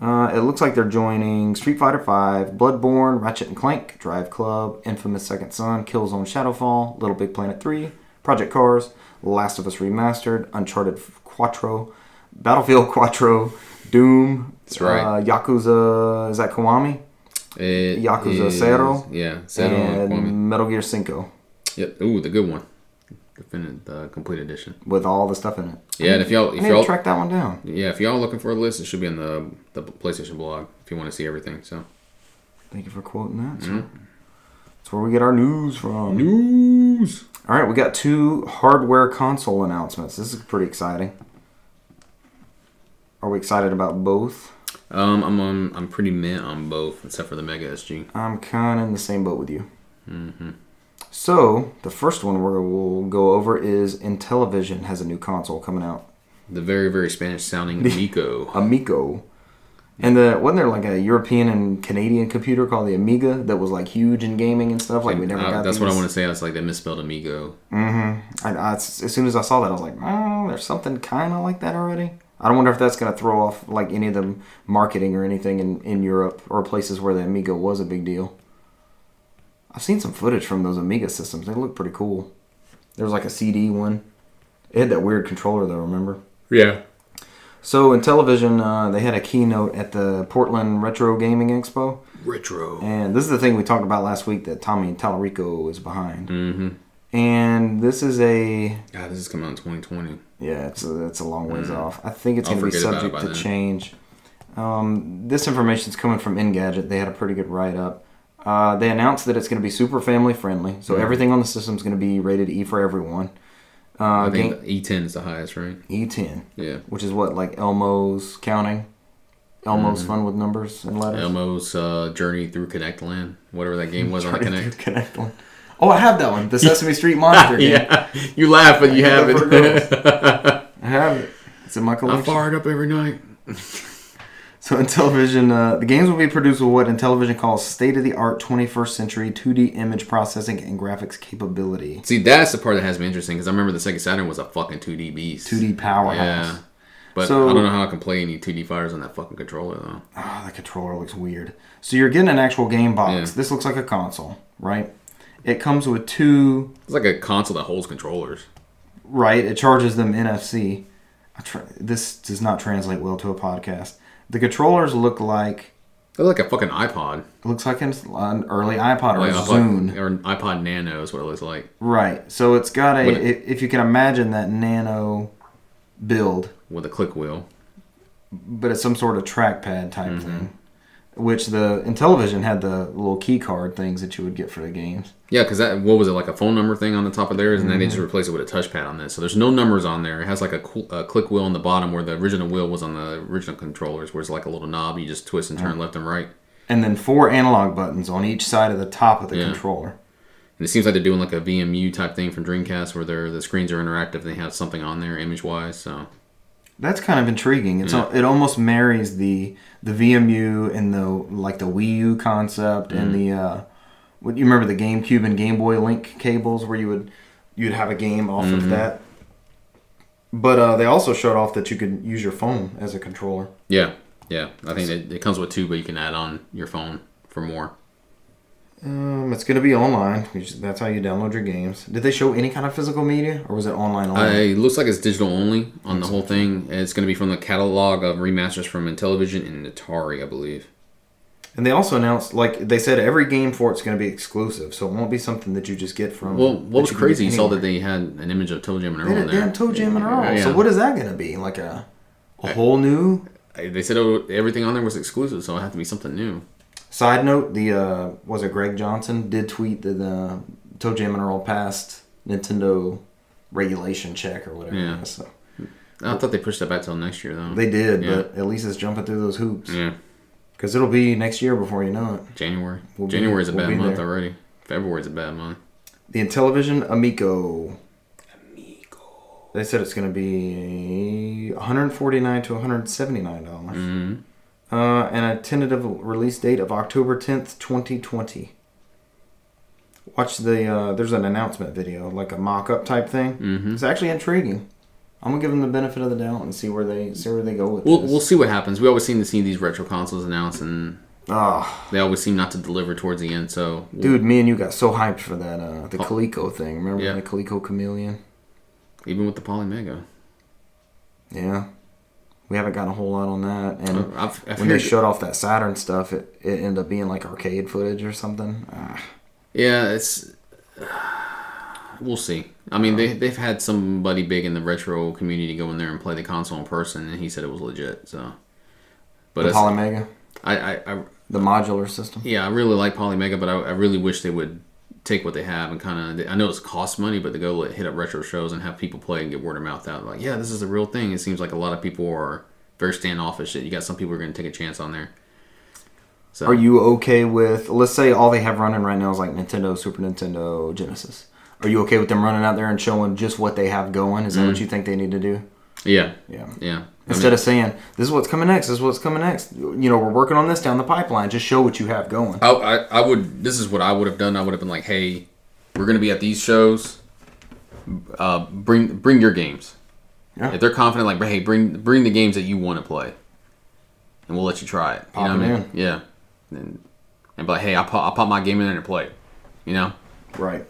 A: Uh, it looks like they're joining Street Fighter V, Bloodborne, Ratchet and Clank, Drive Club, Infamous Second Son, Killzone Shadowfall, Little Big Planet 3, Project Cars, Last of Us Remastered, Uncharted Quattro, Battlefield Quattro, Doom,
B: That's right.
A: uh, Yakuza, is that Kiwami?
B: It
A: Yakuza
B: is-
A: Zero
B: Yeah, Zero.
A: And
B: And Kwame.
A: Metal Gear Cinco
B: Yep. Ooh, the good one. Definite, the complete edition.
A: with all the stuff in it.
B: Yeah, and if y'all,
A: I
B: if
A: need to
B: y'all,
A: track that one down.
B: yeah, if y'all looking for a list, it should be on the the PlayStation blog if you want to see everything. So
A: Thank you for quoting that. sir.
B: Mm-hmm.
A: That's where we get our news from.
B: news.
A: All right, we got two hardware console announcements. This is pretty exciting. Are we excited about both?
B: Um, I'm on, I'm pretty mint on both except for the Mega SG.
A: I'm kind of in the same boat with you.
B: Mm-hmm.
A: So, the first one we're, we'll go over is Intellivision has a new console coming out,
B: The very very Spanish sounding Nico.
A: Amico. And the, wasn't there like a European and Canadian computer called the Amiga that was like huge in gaming and stuff? Like we never
B: Uh,
A: got
B: that's what I
A: these?
B: want to say. I was like they misspelled Amigo.
A: I, I, as as soon as I saw that, I was like, oh, there's something kind of like that already. I don't wonder if that's going to throw off like any of the marketing or anything in, in Europe or places where the Amiga was a big deal. I've seen some footage from those Amiga systems. They look pretty cool. There was like a CD one. It had that weird controller though, remember?
B: Yeah.
A: So in television, uh, they had a keynote at the Portland Retro Gaming Expo.
B: Retro.
A: And this is the thing we talked about last week that Tommy Tallarico is behind. Mm-hmm. And this is a
B: God, this is coming out in 2020.
A: Yeah, it's a, it's a long ways off. I think it's
B: Hmm. I'll
A: going to be
B: forget about it
A: subject
B: by
A: to
B: then.
A: change. Um, this information's coming from Engadget. They had a pretty good write up. Uh, they announced that it's going to be super family friendly, so
B: Hmm.
A: everything on the system's going to be rated E for everyone. Uh,
B: I
A: game
B: think the E10 is the highest, right?
A: E10,
B: Yeah.
A: which is what like Elmo's counting, Elmo's
B: Hmm.
A: fun with numbers and letters.
B: Elmo's uh, Journey Through Connect Land, whatever that game was on the Connect.
A: Connect one. Oh, I have that one. The Sesame Street Monitor game.
B: Yeah, you laugh, but you have
A: Never
B: it.
A: goes. I have it. It's in my
B: I
A: collection.
B: fire it up every night.
A: So Intellivision, uh, the games will be produced with what Intellivision calls state-of-the-art 21st century 2D image processing and graphics capability.
B: See, that's the part that has me interesting because I remember the Sega Saturn was a fucking 2D beast.
A: 2D powerhouse.
B: Yeah. But
A: So-
B: I don't know how I can play any 2D fighters on that fucking controller, though.
A: Ah, the controller looks weird. So you're getting an actual game box.
B: Yeah.
A: This looks like a console, right? It comes with two.
B: It's like a console that holds controllers.
A: Right, it charges them NFC. I tr- this does not translate well to a podcast. The controllers look like
B: They're like a fucking iPod.
A: it looks like an, an early iPod or
B: Like
A: a
B: iPod-
A: Zune.
B: Or an iPod Nano is what it looks like
A: Right. So it's got a
B: Would
A: i
B: it-
A: if you can imagine that nano build,
B: with a click wheel.
A: but it's some sort of trackpad type
B: Mm-hmm.
A: thing. Which the Intellivision had the little key card things that you would get for the games.
B: Yeah, because that what was it like a phone number thing on the top of theirs, and then they just replaced it with a touchpad on this. So there's no numbers on there. It has like a, cl- a click wheel on the bottom where the original wheel was on the original controllers, where it's like a little knob you just twist and turn left and right.
A: And then four analog buttons on each side of the top of the
B: Yeah.
A: controller.
B: And it seems like they're doing like a VMU type thing from Dreamcast, where their the screens are interactive. They have something on there image wise. So
A: That's kind of intriguing. It's al- it almost marries the the VMU and the like the Wii U concept and
B: Mm-hmm.
A: the uh, what you remember the GameCube and Game Boy Link cables where you would you'd have a game off
B: Mm-hmm.
A: of that. But uh, they also showed off that you could use your phone as a controller.
B: yeah, yeah, I think it, it comes with two, but you can add on your phone for more.
A: Um, it's gonna be online. which- That's how you download your games. Did they show any kind of physical media or was it online
B: Uh,
A: only?
B: it looks like it's digital only on the whole thing. And It's going to be from the catalog of remasters from Intellivision and Atari, I believe.
A: and they also announced like they said every game for it's gonna be exclusive, so it won't be something that you just get from.
B: Well, what
A: that
B: was
A: you can get
B: crazy? You saw
A: anywhere.
B: that they had an image of Toe Jam and Earl
A: They had
B: in
A: a
B: there.
A: damn toe jam and all.
B: Yeah.
A: So what is that going to be? Like a, a whole new
B: They said oh, everything on there was exclusive, so it had to be something new.
A: side note. The uh, was it Greg Johnson did tweet that uh, toe jam and Earl passed Nintendo regulation check or whatever.
B: Yeah.
A: So
B: I thought they pushed that back till next year, though.
A: they did,
B: Yeah.
A: but at least it's jumping through those hoops
B: yeah,
A: because it'll be next year before you know it.
B: January.
A: We'll be-
B: January is a
A: we'll
B: bad
A: be
B: month
A: there.
B: already. February's a bad month.
A: The Intellivision Amico. They said it's going to be 149 to 179 dollars,
B: Mhm.
A: uh, and a tentative release date of October 10th, 2020. Watch the uh, there's an announcement video, like a mock-up type thing.
B: Mhm.
A: It's actually intriguing. I'm gonna give them the benefit of the doubt and see where they see where they go with
B: We'll,
A: this.
B: we'll see what happens. We always seem to see these retro consoles announced, and
A: Ah,
B: they always seem not to deliver towards the end. So,
A: dude, me and you got so hyped for that uh, the
B: Oh.
A: Coleco thing. Remember
B: Yeah.
A: the Coleco Chameleon?
B: even with the Polymega,
A: Yeah. We haven't gotten a whole lot on that. And
B: I've, I've
A: when they
B: heard-
A: showed off that Saturn stuff, it, it ended up being like arcade footage or something. Ah.
B: Yeah, it's. We'll see. I mean, they, they've had somebody big in the retro community go in there and play the console in person, and he said it was legit. So, but
A: the
B: it's-
A: Polymega,
B: I, I, I,
A: the modular system.
B: yeah, I really like Polymega, but I, I really wish they would take what they have and kind of. I know it's cost money, but to go like, hit up retro shows and have people play and get word of mouth out, like, yeah, this is the real thing. It seems like a lot of people are very standoffish. You got some people who are going to take a chance on there. So
A: Are you okay with, let's say all they have running right now is like Nintendo, Super Nintendo, Genesis. Are you okay with them running out there and showing just what they have going? Is that what you think they need to do?
B: Yeah,
A: Yeah.
B: yeah. Mm. I
A: Instead of saying, this is what's coming next, this is what's coming next. You know, we're working on this down the pipeline. Just show what you have going.
B: I, I, I would. This is what I would have done. I would have been like, "Hey, we're gonna be at these shows. Uh, bring bring your games.
A: Yeah.
B: If they're confident, like, hey, bring bring the games that you want to play, and we'll let you try it. You
A: Pop
B: know what
A: it
B: I mean? Yeah. And and be like, hey, I pop I pop my game in there and play. it." You know.
A: Right.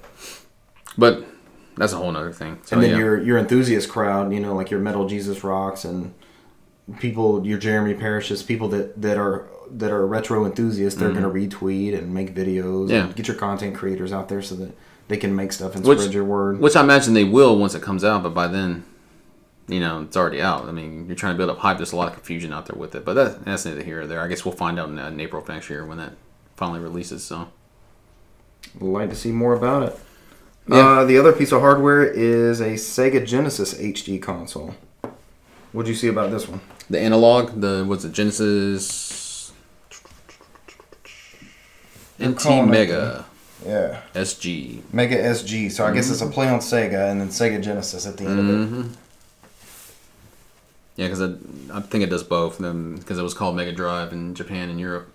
B: But that's a whole nother thing. So
A: and then
B: Oh, yeah.
A: your your enthusiast crowd, you know, like your metal Jesus rocks and people, your Jeremy Parishes, people that that are that are retro enthusiasts, they're going to retweet and make videos.
B: Mm-hmm. Yeah.
A: and get your content creators out there so that they can make stuff and
B: Which-
A: spread your word.
B: Which I imagine they will once it comes out, but by then, you know, it's already out. I mean, you're trying to build up hype. There's a lot of confusion out there with it, but that, that's neither here or there. I guess we'll find out in, uh, in April of next year when that finally releases. So,
A: I'd like to see more about it.
B: Yeah.
A: Uh, the other piece of hardware is a Sega Genesis HD console. What'd you see about this one?
B: the analog, the what's it, Genesis
A: They're
B: NT
A: calling it
B: Mega
A: Yeah,
B: SG.
A: Mega SG. Mm-hmm. So I guess it's a play on Sega and then Sega Genesis at the end of it.
B: Yeah, because I, I think it does both. Because it was called Mega Drive in Japan and Europe,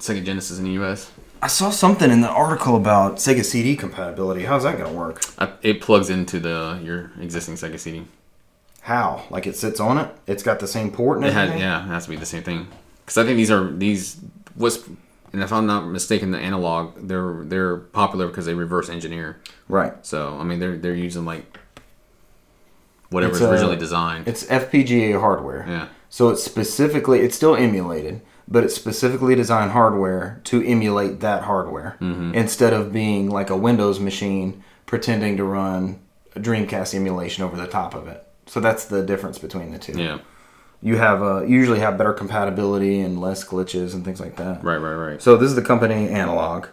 B: Sega Genesis in the U.S.
A: I saw something in the article about Sega CD compatibility. How's that going to work?
B: I, it plugs into the your existing Sega CD.
A: How? Like it sits on it? It's got the same port and
B: It had
A: everything?
B: yeah, it has to be the same thing. Because I think these are these was, and if I'm not mistaken, the analog they're they're popular because they reverse engineer.
A: Right.
B: So I mean they're they're using like whatever
A: It's,
B: is originally
A: uh,
B: designed.
A: It's FPGA hardware.
B: Yeah.
A: So it's specifically, it's still emulated, but it's specifically designed hardware to emulate that hardware
B: Mm-hmm.
A: instead of being like a Windows machine pretending to run a Dreamcast emulation over the top of it. So that's the difference between the two.
B: Yeah.
A: You have uh, you usually have better compatibility and less glitches and things like that.
B: Right. Right. Right.
A: So this is the company Analog.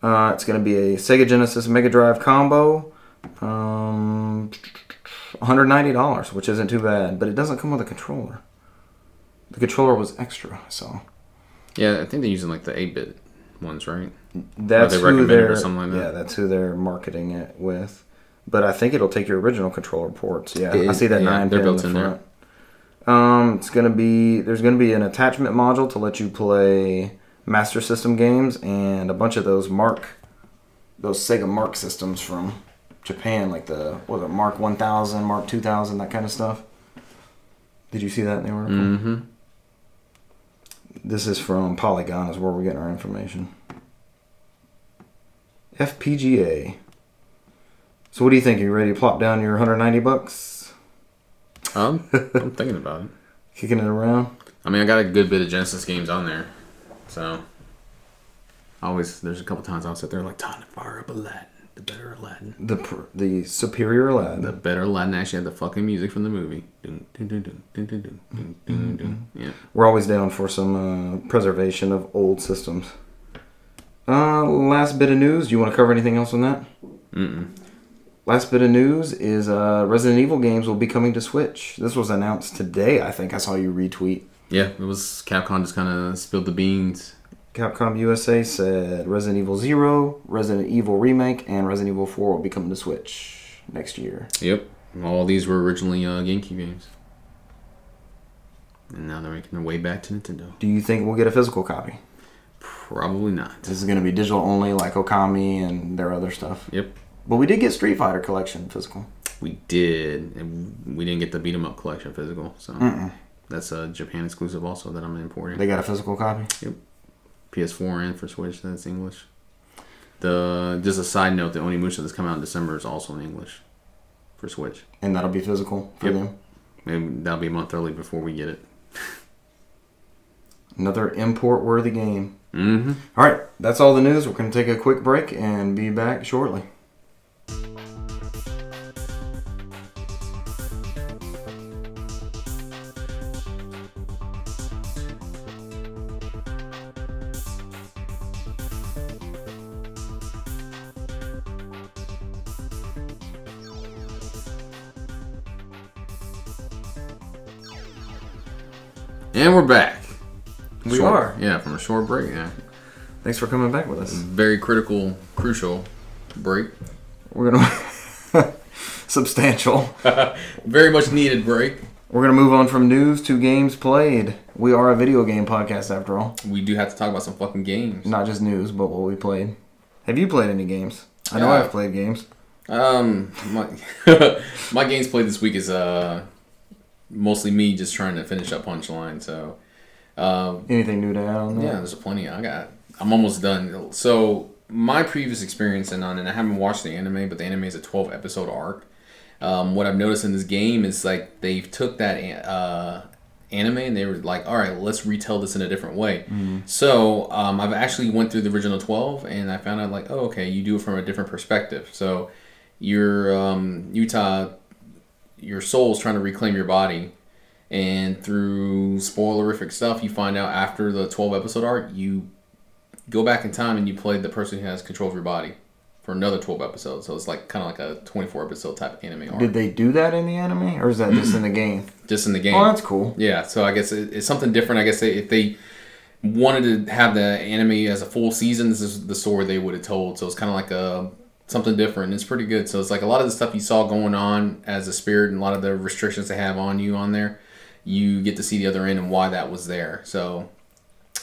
A: Uh, it's going to be a Sega Genesis Mega Drive combo, um, $190, which isn't too bad, but it doesn't come with a controller. The controller was extra, so
B: Yeah, I think they're using like the eight bit ones, right?
A: that's
B: they
A: who
B: recommend it or
A: they're
B: something like that?
A: yeah, that's who they're marketing it with. But I think it'll take your original controller ports. Yeah,
B: It
A: I
B: is-
A: see that
B: yeah,
A: nine
B: they're
A: pin in
B: built
A: the
B: in there.
A: front. Um, it's gonna be there's gonna be an attachment module to let you play Master System games and a bunch of those Mark, those Sega Mark systems from Japan, like the what was it Mark One Thousand, Mark Two Thousand, that kind of stuff. Did you see that in the article?
B: Mm-hmm.
A: This is from Polygon, is where we're getting our information. FPGA. So what do you think? you ready to plop down your 190 bucks?
B: Um, I'm thinking about it.
A: Kicking it around?
B: I mean, I got a good bit of Genesis games on there, so I always there's a couple times I'll sit there like time to fire up Aladdin, the better Aladdin,
A: The pr- the superior lad.
B: the better Aladdin. Actually, had the fucking music from the movie. Dun, dun, dun, dun, dun, dun, dun, dun, dun, dun. Yeah,
A: We're always down for some uh, preservation of old systems. Uh, last bit of news. Do you want to cover anything else on that? Mm-mm. Last bit of news is uh, Resident Evil games will be coming to Switch. This was announced today. I think I saw you retweet.
B: yeah. It was Capcom just kind of spilled the beans.
A: Capcom USA said Resident Evil Zero, Resident Evil Remake, and Resident Evil Four will be coming to Switch next year.
B: Yep, all these were originally uh, GameCube games, and now they're making their way back to Nintendo.
A: Do you think we'll get a physical copy?
B: Probably not.
A: This is going to be digital only, like Okami and their other stuff.
B: Yep,
A: But we did get Street Fighter Collection physical.
B: We did, and we didn't get the beat 'em up collection physical. So that's a Japan exclusive also that I'm importing.
A: They got a physical copy.
B: PS4 and for Switch. That's English. The just a side note, the Onimusha that's coming out in December is also in English for Switch.
A: and that'll be physical for
B: Yep.
A: them.
B: And that'll be a month early before we get it.
A: Another import worthy game.
B: Mm-hmm.
A: All right, that's all the news. We're going to take a quick break and be back shortly.
B: And we're back.
A: We
B: Short-
A: are.
B: Yeah, from a short break. Yeah,
A: Thanks for coming back with us.
B: very critical, crucial break.
A: We're going to substantial.
B: Very much needed break.
A: We're going to move on from news to games played. We are a video game podcast after all,
B: We do have to talk about some fucking games.
A: not just news, but what we played. Have you played any games? I know
B: Yeah.
A: I've played games.
B: Um, my my games played this week is uh mostly me just trying to finish up Punchline. So um,
A: Anything new to add on that?
B: yeah, there's plenty. I got. I'm almost done. So my previous experience and on, and I haven't watched the anime, but the anime is a 12 episode arc. Um, what I've noticed in this game is like they've took that an- uh, anime and they were like, all right, let's retell this in a different way. So um, I've actually went through the original 12 and I found out like, oh, okay, you do it from a different perspective. So your um, Utah, your soul's trying to reclaim your body and through spoilerific stuff you find out after the 12 episode arc you go back in time and you play the person who has control of your body for another 12 episodes so it's like kind of like a 24 episode type anime arc
A: Did they do that in the anime, or is that just in the game?
B: just in the game
A: Oh, that's cool.
B: yeah so i guess it, it's something different i guess they, if they wanted to have the anime as a full season this is the story they would have told so it's kind of like a something different. It's pretty good. So it's like a lot of the stuff you saw going on as a spirit and a lot of the restrictions they have on you on there, you get to see the other end and why that was there. So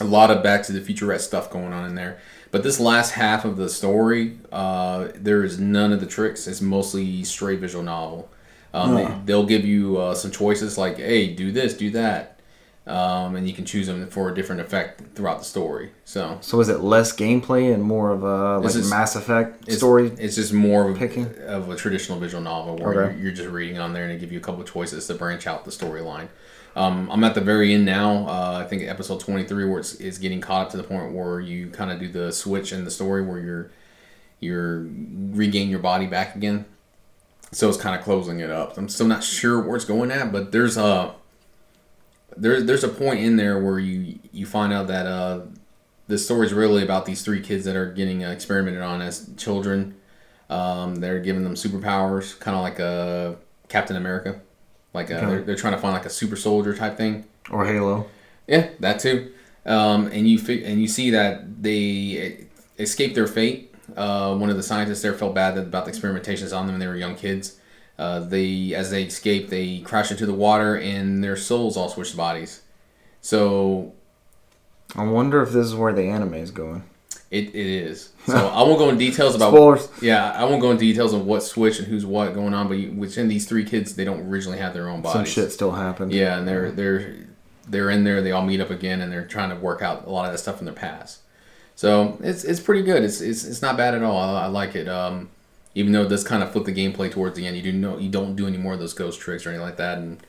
B: a lot of Back to the Future esque stuff going on in there. But this last half of the story, uh, there is none of the tricks. It's mostly straight visual novel. Um, they, will give you uh, some choices like, hey, do this, do that. Um, and you can choose them for a different effect throughout the story. So
A: So is it less gameplay and more of a like
B: This is-
A: Mass Effect
B: it's,
A: story?
B: It's just more of
A: picking?
B: a, of a traditional visual novel where
A: Okay.
B: you're, you're just reading on there and they give you a couple of choices to branch out the storyline. Um, I'm at the very end now. Uh, I think episode 23 where it's, it's getting caught up to the point where you kind of do the switch in the story where you're you're regain your body back again. So it's kind of closing it up. I'm still not sure where it's going at, but there's a there's there's a point in there where you you find out that uh the story's really about these three kids that are getting uh, experimented on as children. Um, they're giving them superpowers, kind of like a Captain America. Like uh they're, they're trying to find like a super soldier type thing.
A: Or Halo?
B: Yeah, that too. Um, and you fi- and you see that they e, escaped their fate. Uh, one of the scientists there felt bad that, about the experimentations on them when they were young kids. Uh, they as they escaped, they crashed into the water, and their souls all switched bodies. So
A: I wonder if this is where the anime is going.
B: It, it is. So I won't go in details about.
A: Spoilers.
B: Yeah, I won't go in details of what switch and who's what going on, but you, within these three kids, they don't originally have their own bodies.
A: Some shit still happened.
B: Yeah, and they're they're they're in there. They all meet up again, and they're trying to work out a lot of that stuff from their past. So it's it's pretty good. It's it's, it's not bad at all. I, I like it. Um, even though it does kind of flip the gameplay towards the end, you do know you don't do any more of those ghost tricks or anything like that, and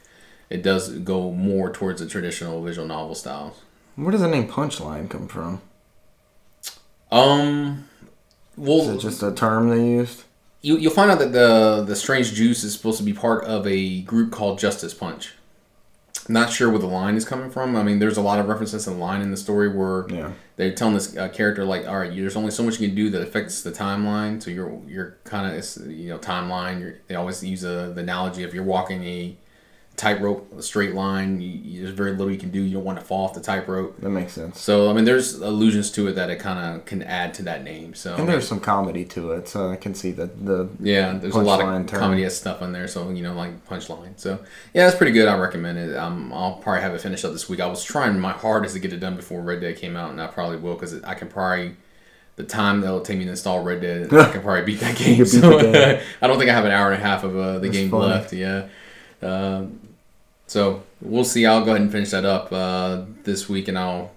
B: it does go more towards the traditional visual novel style.
A: Where does the name Punchline come from?
B: Um, well,
A: Is it just a term they used?
B: you, you'll find out that the the strange juice is supposed to be part of a group called Justice Punch. Not sure where the line is coming from. I mean, there's a lot of references to the line in the story where
A: Yeah.
B: they're telling this uh, character like, "All right, there's only so much you can do that affects the timeline." So you're you're kind of you know timeline. You're, they always use uh the analogy of you're walking a tightrope, a straight line. You, you, there's very little you can do. You don't want to fall off the tightrope.
A: That makes sense.
B: So I mean, there's allusions to it that it kind of can add to that name. So
A: And there's some comedy to it, so I can see that the
B: Yeah, there's a lot
A: punchline
B: of
A: term.
B: comedy stuff on there, so you know, like punchline. So yeah, that's pretty good. I recommend it. Um, I'll probably have it finished up this week. I was trying my hardest to get it done before Red Dead came out, and I probably will because I can probably the time that'll take me to install Red Dead, I can probably beat that game.
A: beat the
B: so
A: game.
B: I don't think I have an hour and a half of uh, the game
A: funny.
B: left. Yeah. Um, so we'll see. I'll go ahead and finish that up uh, this week, and I'll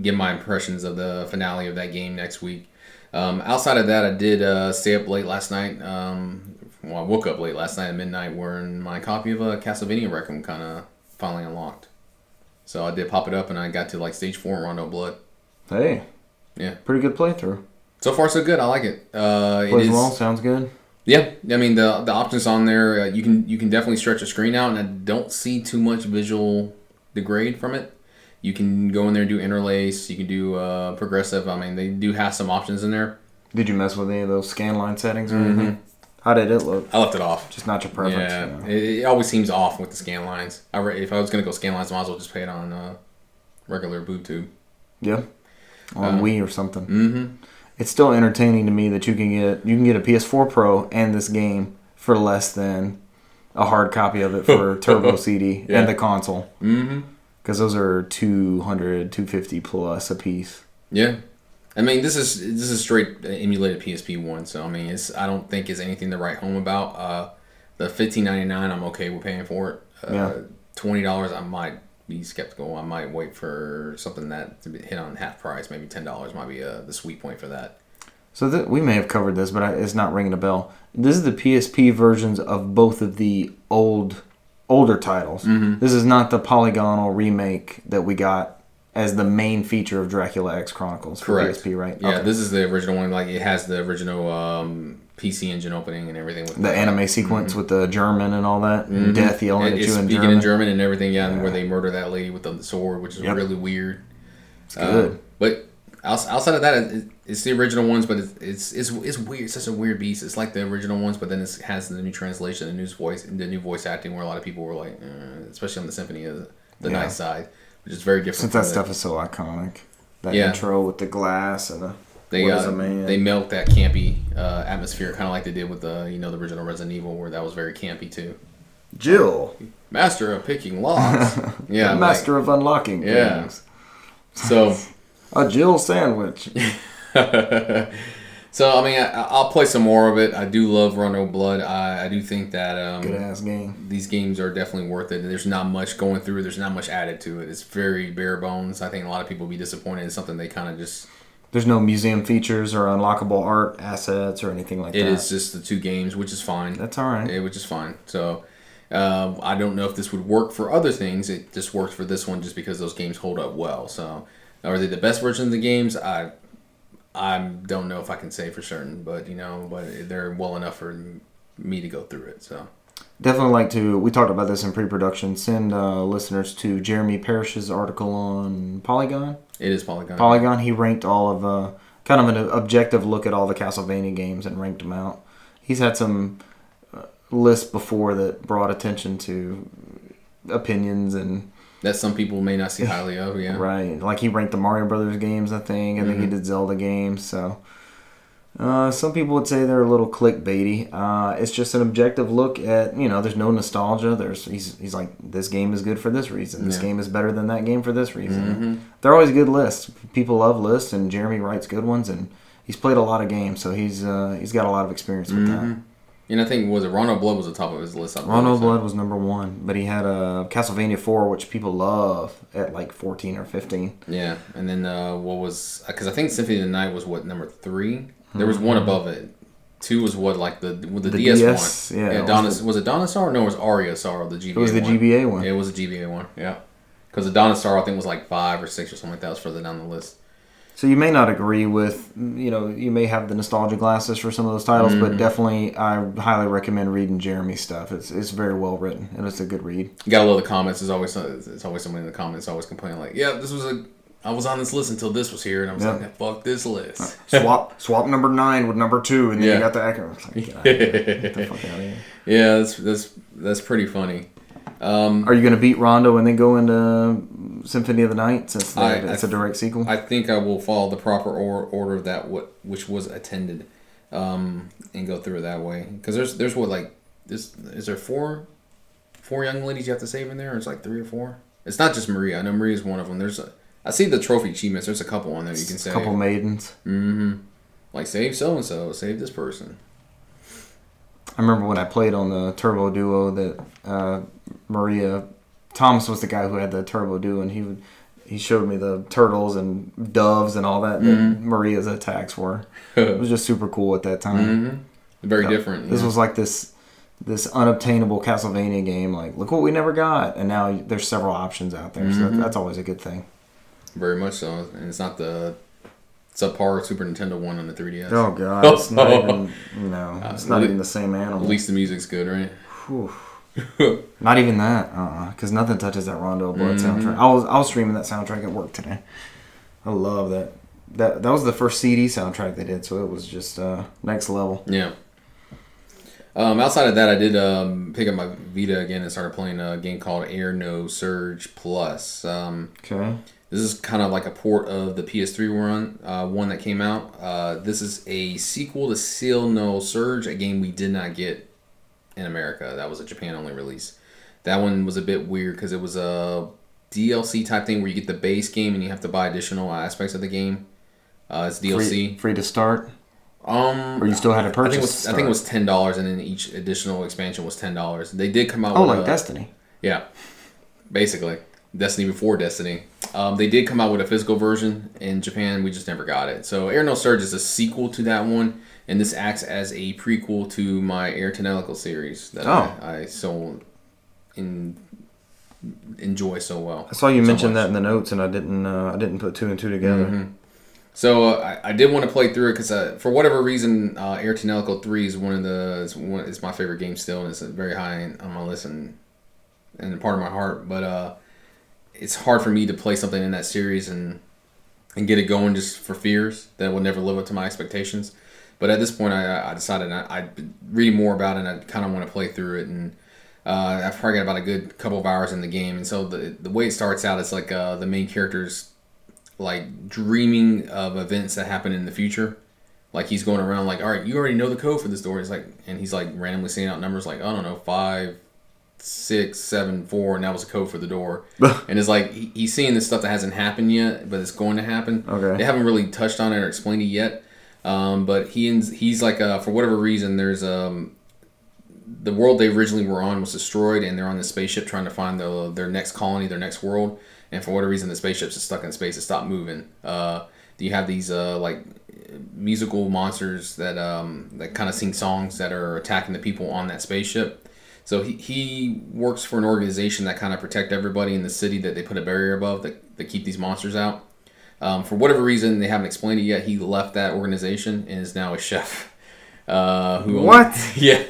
B: give my impressions of the finale of that game next week. Um, outside of that, I did uh, stay up late last night. Um, well, I woke up late last night at midnight, where my copy of uh, Castlevania Requiem kind of finally unlocked. So I did pop it up, and I got to like stage four in Rondo Blood.
A: hey,
B: Yeah.
A: pretty good playthrough.
B: So far, so good. I like it. Uh, it
A: Plays
B: is.
A: well, sounds good.
B: Yeah, I mean the the options on there, uh, you can you can definitely stretch the screen out, and I don't see too much visual degrade from it. You can go in there and do interlace. You can do uh, progressive. I mean, they do have some options in there.
A: Did you mess with any of those scanline settings or anything? How did it look?
B: I left it off.
A: Just not your preference.
B: Mm-hmm. yeah,
A: you know?
B: It, it always seems off with the scan lines. I re- if I was gonna go scan lines, I might as well just pay it on uh, regular BooTube.
A: Yeah. On
B: Uh,
A: Wii or something. Mm-hmm. It's still entertaining to me that you can get you can get a PS4 Pro and this game for less than a hard copy of it for Turbo CD
B: Yeah.
A: and the console. Mm-hmm. Because those are 200, 250 plus a piece.
B: Yeah, I mean this is this is straight emulated PSP one. So I mean it's I don't think it's anything to write home about. Uh, the fifteen ninety nine I'm okay with paying for it. Uh,
A: Yeah.
B: Twenty dollars I might be skeptical. I might wait for something that to be hit on half price. Maybe ten dollars might be uh, the sweet point for that.
A: So th- we may have covered this, but I, it's not ringing a bell. This is the PSP versions of both of the old, older titles.
B: Mm-hmm.
A: This is not the polygonal remake that we got as the main feature of Dracula X Chronicles for
B: Correct.
A: PSP, right?
B: Yeah,
A: Okay.
B: this is the original one. Like it has the original um, PC engine opening and everything. With
A: the anime sequence with the German and all that, and death yelling
B: Mm-hmm. It-
A: at
B: it's
A: you in
B: speaking
A: German.
B: in German and everything. Yeah, and where they murder that lady with the sword, which is
A: Yep.
B: really weird.
A: It's good.
B: Um, but outs- outside of that, it- it's the original ones, but it's, it's it's it's weird. It's such a weird beast. It's like the original ones, but then it has the new translation, the new voice, the new voice acting, where a lot of people were like, eh, especially on the symphony, of the
A: Yeah.
B: night side, which is very
A: Since
B: different. from
A: that
B: the-
A: stuff is so iconic, that
B: Yeah.
A: intro with the glass and the
B: They
A: What
B: uh,
A: is a man?
B: they milked that campy uh, atmosphere, kind of like they did with the you know the original Resident Evil, where that was very campy too.
A: Jill,
B: Master of picking locks. yeah,
A: the master of unlocking
B: Yeah.
A: things.
B: like- so
A: A Jill sandwich.
B: so I mean I, I'll play some more of it. I do love Run No Blood. I, I do think that um,
A: Good ass game.
B: these games are definitely worth it. There's not much going through. There's not much added to it. It's very bare bones. I think a lot of people be disappointed in something they kind of just.
A: There's no museum features or unlockable art assets or anything like
B: It
A: that.
B: is just the two games, which is fine.
A: That's all right.
B: It, which is fine. So uh, I don't know if this would work for other things. It just worked for this one just because those games hold up well. So are they the best version of the games? I I don't know if I can say for certain, but you know, but they're well enough for me to go through it. So
A: Definitely like to. We talked about this in pre-production. Send uh, listeners to Jeremy Parrish's article on Polygon.
B: it is Polygon.
A: Polygon. He ranked all of uh, kind of an objective look at all the Castlevania games and ranked them out. He's had some uh, lists before that brought attention to opinions and
B: that some people may not see highly of. Yeah.
A: right, like he ranked the Mario Brothers games. I think. I think he did Zelda games. So. Uh, some people would say they're a little clickbaity. Uh, it's just an objective look at you know. There's no nostalgia. There's he's he's like this game is good for this reason. This
B: Yeah.
A: game is better than that game for this reason. They're always good lists. People love lists, and Jeremy writes good ones. And he's played a lot of games, so he's uh, he's got a lot of experience with that.
B: And I think was it Ronald Blood was the top of his list. I believe,
A: Ronald
B: so.
A: Blood was number one, but he had a Castlevania Four, which people love at like 14 or 15.
B: Yeah, and then uh, what was because I think Symphony of the Night was what number three. There was one above it. Two was what like the with the,
A: Mm-hmm. The
B: DS,
A: DS,
B: one.
A: yeah,
B: Yeah,
A: it was
B: Adonis was, it Donisar? No, it was Ariasar. The GBA. It
A: was the GBA one.
B: it was the GBA one. Yeah, because Adonisar I think was like five or six or something like that. It was further down the list.
A: So you may not agree with, you know, you may have the nostalgia glasses for some of those titles,
B: Mm.
A: but definitely I highly recommend reading Jeremy's stuff. It's it's very well written and it's a good read.
B: You gotta love the comments. There's always it's always somebody in the comments always complaining like, yeah, this was a I was on this list until this was here, and I was
A: Yeah.
B: like, fuck this list.
A: Swap swap number nine with number two, and then
B: Yeah.
A: you got the accurate. Get the fuck out of here.
B: yeah, that's that's that's pretty funny.
A: Are you going to beat Rondo and then go into Symphony of the Night since
B: I-
A: that- it's
B: I-
A: a direct sequel?
B: I think I will follow the proper or, order of that what which was attended, um, and go through it that way. Because there's there's what like this is there four, four young ladies you have to save in there, or it's like three or four. It's not just Maria. I know Maria's one of them. There's a, I see the trophy achievements. There's a couple on there you can
A: a
B: save.
A: couple maidens.
B: Like save so and so, save this person.
A: I remember when I played on the Turbo Duo that uh, Maria Thomas was the guy who had the Turbo Duo, and he would he showed me the turtles and doves and all that that Maria's attacks were. it was just super cool at that time.
B: Very different.
A: This
B: yeah.
A: was like this this unobtainable Castlevania game. Like, look what we never got, and now there's several options out there. So that's always a good thing.
B: very much so, and it's not the subpar Super Nintendo one on the 3DS.
A: Oh God, it's not even no, it's not
B: le-
A: even the same
B: At
A: animal.
B: least the music's good, right?
A: Not even that, uh, because nothing touches that Rondo Blood
B: Mm-hmm.
A: soundtrack. I was I was streaming that soundtrack at work today. I love that. That that was the first CD soundtrack they did, so it was just uh, next level.
B: Yeah. Um, outside of that, I did um, pick up my Vita again and started playing a game called Air No Surge Plus. Um,
A: Okay,
B: this is kind of like a port of the PS3 one, uh, one that came out. Uh, this is a sequel to Seal No Surge, a game we did not get in America. That was a Japan only release. That one was a bit weird because it was a DLC type thing where you get the base game and you have to buy additional aspects of the game. Uh, it's DLC.
A: free, free to start,
B: Um,
A: or you still had to
B: I
A: purchase.
B: think, it was, I think it was ten dollars, and then each additional expansion was ten dollars. They did come out.
A: Oh,
B: with
A: like
B: a,
A: Destiny.
B: Yeah, basically, Destiny before Destiny. Um, they did come out with a physical version in Japan. We just never got it. So Air No Surge is a sequel to that one, and this acts as a prequel to my Air Tenelical series that
A: Oh.
B: I, I so in, enjoy so well.
A: I saw you
B: so
A: mention
B: much.
A: that in the notes, and I didn't uh, I didn't put two and two together.
B: Mm-hmm. So uh, I, I did want to play through it because uh, for whatever reason, uh, Air Tenelico Three is one of the is one is my favorite game still, and it's very high on my list and and part of my heart. But uh, it's hard for me to play something in that series and and get it going just for fears that it will never live up to my expectations. But at this point, I, I decided I, I'd been reading more about it. and I kind of want to play through it, and uh, I've probably got about a good couple of hours in the game. And so the the way it starts out, it's like uh, the main character's like dreaming of events that happen in the future. Like he's going around like, all right, you already know the code for this door. He's like, and he's like randomly saying out numbers like, I don't know, five, six, seven, four, and that was a code for the door. and it's like he, he's seeing this stuff that hasn't happened yet, but it's going to happen.
A: Okay.
B: they haven't really touched on it or explained it yet. Um, but he ends, he's like, uh, for whatever reason, there's um, the world they originally were on was destroyed, and they're on the spaceship trying to find the, their next colony, their next world. And for whatever reason, the spaceship's just stuck in space. It stopped moving. Uh, you have these uh, like musical monsters that um, that kind of sing songs that are attacking the people on that spaceship. So he, he works for an organization that kind of protect everybody in the city that they put a barrier above that, that keep these monsters out. Um, for whatever reason, they haven't explained it yet. He left that organization and is now a chef. Uh, who
A: What?
B: yeah,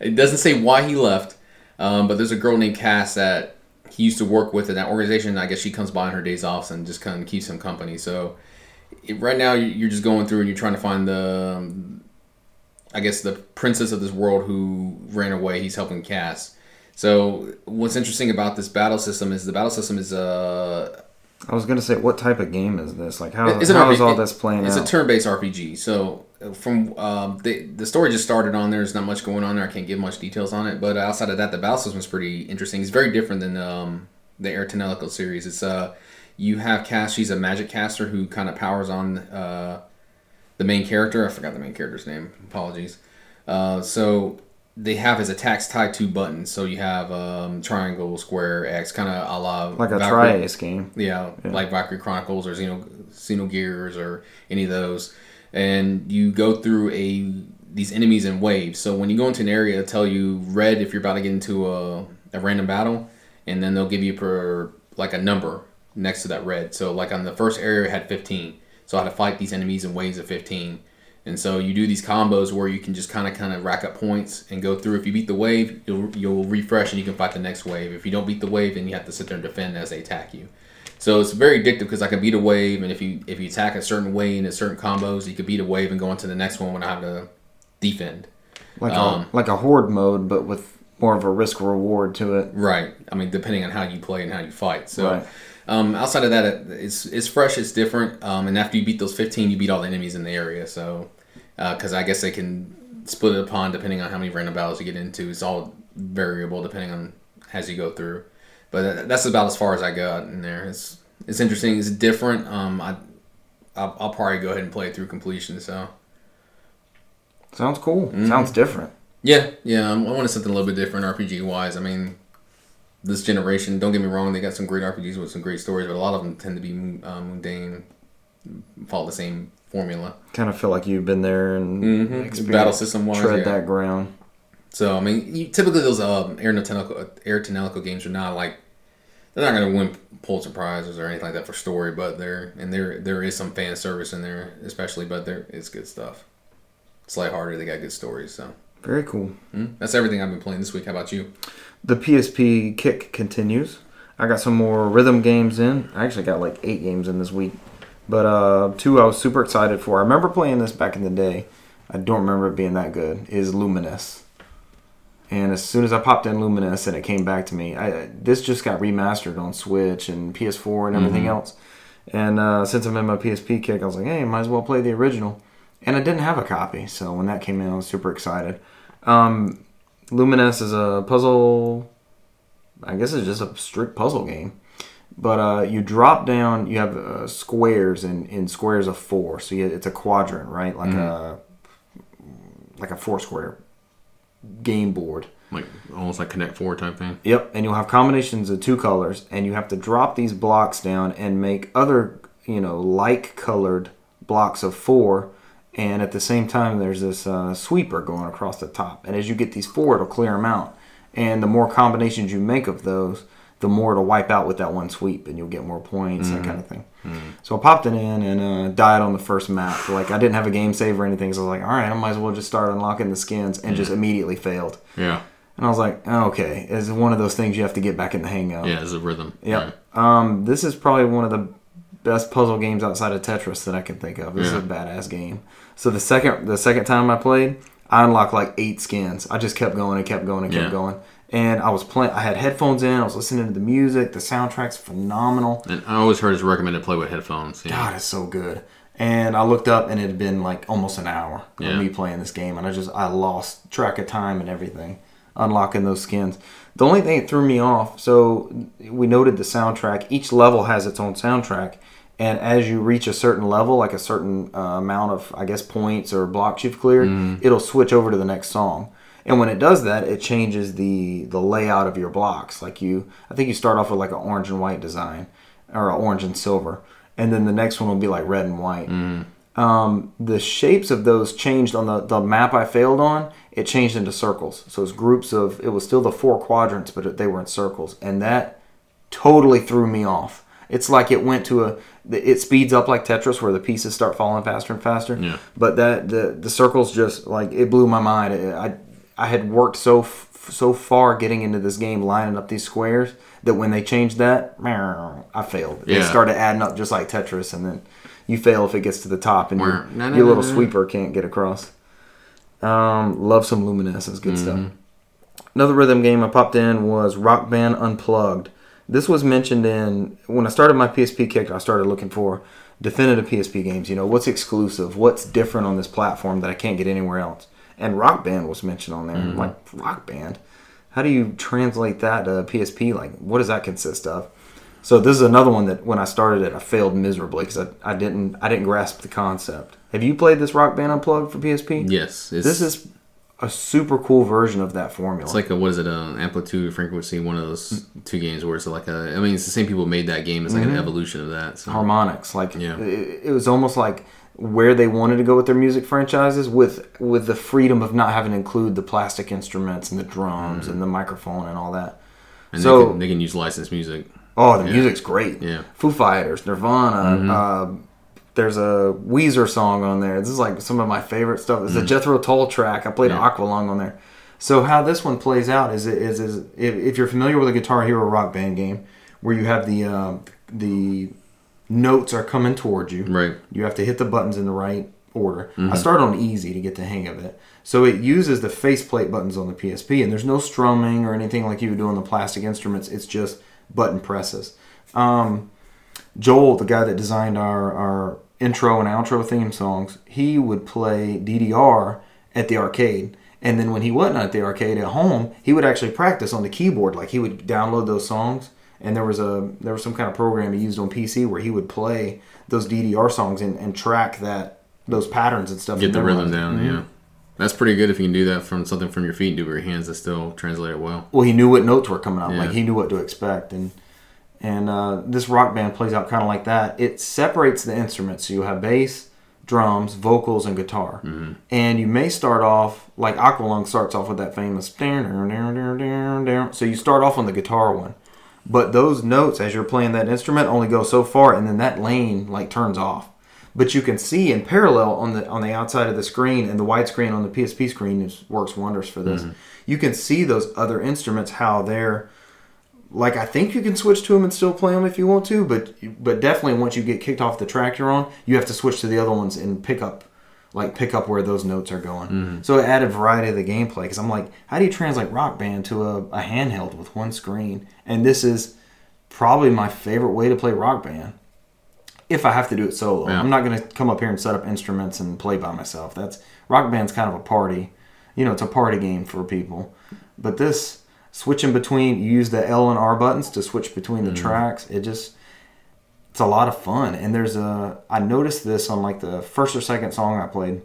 B: it doesn't say why he left, um, but there's a girl named Cass that he used to work with in that organization. I guess she comes by on her days off and just kind of keeps him company. So it, right now, you- you're just going through and you're trying to find the um, I guess the princess of this world who ran away. He's helping Cass. So what's interesting about this battle system is the battle system is uh
A: I was gonna say, what type of game is this? Like, how, how
B: it's
A: is
B: an RP
A: all this playing
B: It's
A: out?
B: a turn-based RPG. So uh, from um, the the story just started on there. There's not much going on there. I can't give much details on it. But outside of that, the battle system is pretty interesting. It's very different than um, the Air Tenelico series. It's uh you have Cass. She's a magic caster who kind of powers on uh the main character. I forgot the main character's name. Apologies. Uh, so they have his attacks tied to buttons. So you have um, triangle, square, X, kind of a la
A: like a
B: Valkyrie-
A: tri-ace game.
B: yeah, like Valkyrie Chronicles or Xeno Xenogears or any of those, and you go through a these enemies in waves. So when you go into an area, it'll tell you red if you're about to get into a, a random battle, and then they'll give you per like a number next to that red. So like on the first area, it had 15. So I had to fight these enemies in waves of 15. And so you do these combos where you can just kind of kind of rack up points and go through. If you beat the wave, you'll, you'll refresh and you can fight the next wave. If you don't beat the wave, then you have to sit there and defend as they attack you. So it's very addictive because I can beat a wave, and if you if you attack a certain way and a certain combos, you could beat a wave and go into the next one when I have to defend.
A: Like
B: Um.
A: a like a horde mode, but with more of a risk reward to it.
B: Right. I mean, depending on how you play and how you fight. So
A: Right.
B: um, outside of that, it- it's it's fresh, it's different. Um, and after you beat those fifteen, you beat all the enemies in the area. So because I guess they can split it upon depending on how many random battles you get into. It's all variable depending on as you go through. But tha- that's about as far as I got in there. It's it's interesting. It's different. Um, I I'll, I'll probably go ahead and play it through completion. So.
A: Sounds cool.
B: Mm-hmm.
A: Sounds different.
B: Yeah, yeah. um, I wanted something a little bit different RPG wise. I mean, this generation. Don't get me wrong; they got some great RPGs with some great stories, but a lot of them tend to be uh, mundane, follow the same formula.
A: Kind of feel like you've been there and
B: Mhm.
A: experienced-
B: Battle system-wise,
A: tread
B: yeah.
A: that ground.
B: So I mean, you, typically those um, Air Tenelico Air Tenelico games are not like they're not going to win Pulitzer prizes or anything like that for story, but they're and there there is some fan service in there, especially, but there it's good stuff. It's lighthearted. They got good stories. So
A: Very cool.
B: mm, that's everything I've been playing this week. How about you?
A: The PSP kick continues. I got some more rhythm games in. I actually got like eight games in this week, but uh, two I was super excited for. I remember playing this back in the day. I don't remember it being that good. Is Luminous, and as soon as I popped in Luminous and it came back to me, I this just got remastered on Switch and PS4 and everything else. And uh, since I'm in my PSP kick, I was like, hey, might as well play the original. And I didn't have a copy, so when that came in, I was super excited. Um, Luminous is a puzzle. I guess it's just a strict puzzle game. But uh, you drop down. You have uh, squares and in squares of four, so you, it's a quadrant, right? Like a like a four square game board.
E: Like almost like Connect Four type thing.
A: Yep, and you'll have combinations of two colors, and you have to drop these blocks down and make other, you know, like colored blocks of four. And at the same time, there's this uh, sweeper going across the top. And as you get these four, it'll clear them out. And the more combinations you make of those, the more it'll wipe out with that one sweep, and you'll get more points, that kind of thing. So I popped it in and uh, died on the first map. Like I didn't have a game save or anything, so I was like, all right, I might as well just start unlocking the skins, and just immediately failed.
E: Yeah,
A: And I was like, oh, okay, it's one of those things you have to get back in the hang of.
E: yeah, it's a rhythm.
A: Yep. Um, this is probably one of the best puzzle games outside of Tetris that I can think of. This is
E: Yeah.
A: a badass game. So the second the second time I played, I unlocked like eight skins. I just kept going and kept going and kept
E: Yeah.
A: going. and I was playing. I had headphones in. I was listening to the music. The soundtrack's phenomenal.
B: And I always heard it's recommended to play with headphones. Yeah.
A: God, it's so good. And I looked up, and it had been like almost an hour
B: Yeah.
A: of me playing this game, and I just I lost track of time and everything, unlocking those skins. The only thing that threw me off, so we noted the soundtrack. Each level has its own soundtrack, and as you reach a certain level, like a certain uh, amount of I guess points or blocks you've cleared, it'll switch over to the next song. And when it does that, it changes the the layout of your blocks. Like you, I think you start off with like an orange and white design, or an orange and silver, and then the next one will be like red and white. Um, the shapes of those changed on the the map I failed on. It changed into circles, so it's groups of. It was still the four quadrants, but it, they were in circles, and that totally threw me off. It's like it went to a. It speeds up like Tetris, where the pieces start falling faster and faster.
B: Yeah.
A: But that the the circles just like it blew my mind. I I had worked so f- so far getting into this game, lining up these squares that when they changed that, meow, I failed. They
B: Yeah.
A: started adding up just like Tetris, and then you fail if it gets to the top, and your,
B: Meow.
A: your little
B: Na-na-na-na.
A: sweeper can't get across. Um, love some luminescence, good stuff. Another rhythm game I popped in was Rock Band Unplugged. This was mentioned in when I started my PSP kick. I started looking for definitive PSP games. You know, what's exclusive? What's different on this platform that I can't get anywhere else? And Rock Band was mentioned on there. I'm Like Rock Band, how do you translate that to PSP? Like, what does that consist of? So this is another one that when I started it, I failed miserably because I, I didn't I didn't grasp the concept. Have you played this Rock Band Unplugged for PSP?
B: Yes. It's,
A: This is a super cool version of that formula.
B: It's like a what is it? Uh, amplitude, frequency. One of those two games where it's like a. I mean, it's the same people who made that game. It's like
A: Mm-hmm.
B: an evolution of that. So.
A: harmonics. Like
B: Yeah.
A: it, it was almost like where they wanted to go with their music franchises with with the freedom of not having to include the plastic instruments and the drums
B: Mm.
A: and the microphone and all that.
B: And
A: so
B: they, can, they can use licensed music.
A: Oh, the music's great.
B: Yeah. Mm-hmm.
A: Foo Fighters, Nirvana. Uh, there's a Weezer song on there. This is like some of my favorite stuff. It's a Jethro Tull track. I played
B: Mm. Yeah.
A: Aqualung on there. So how this one plays out is it is, is if, if you're familiar with a Guitar Hero Rock Band game, where you have the um, the notes are coming towards you.
B: Right.
A: You have to hit the buttons in the right order. I start on easy to get the hang of it. So it uses the faceplate buttons on the PSP, and there's no strumming or anything like you would do on the plastic instruments. It's just button presses. Um, Joel, the guy that designed our, our intro and outro theme songs, he would play DDR at the arcade. And then when he wasn't at the arcade at home, he would actually practice on the keyboard. Like he would download those songs, and there was a there was some kind of program he used on PC where he would play those DDR songs and, and track that those patterns and stuff.
B: Get
A: and
B: the
A: memorize
B: rhythm
A: it.
B: down. Yeah.
A: Mm-hmm.
B: That's pretty good if you can do that from something from your feet and do it with your hands. That still translate it well.
A: well he knew what notes were coming up like
B: Yeah.
A: he knew what to expect and and uh, this rock band plays out kind of like that it separates the instruments so you have bass drums vocals and guitar and you may start off like aqualung starts off with that famous down down down down down so you start off on the guitar one but those notes as you're playing that instrument only go so far and then that lane like turns off but you can see in parallel on the on the outside of the screen and the widescreen on the PSP screen is, works wonders for this. You can see those other instruments how they're like I think you can switch to them and still play them if you want to, but but definitely once you get kicked off the track you're on, you have to switch to the other ones and pick up like pick up where those notes are going. So it added variety to the gameplay because I'm like, how do you translate Rock Band to a, a handheld with one screen? And this is probably my favorite way to play Rock Band if I have to do it solo.
B: Yeah.
A: I'm not going to come up here and set up instruments and play by myself. That's Rock Band's kind of a party. You know, it's a party game for people. But this switching between you use the L and R buttons to switch between the tracks. It just it's a lot of fun. And there's a I noticed this on like the first or second song I played.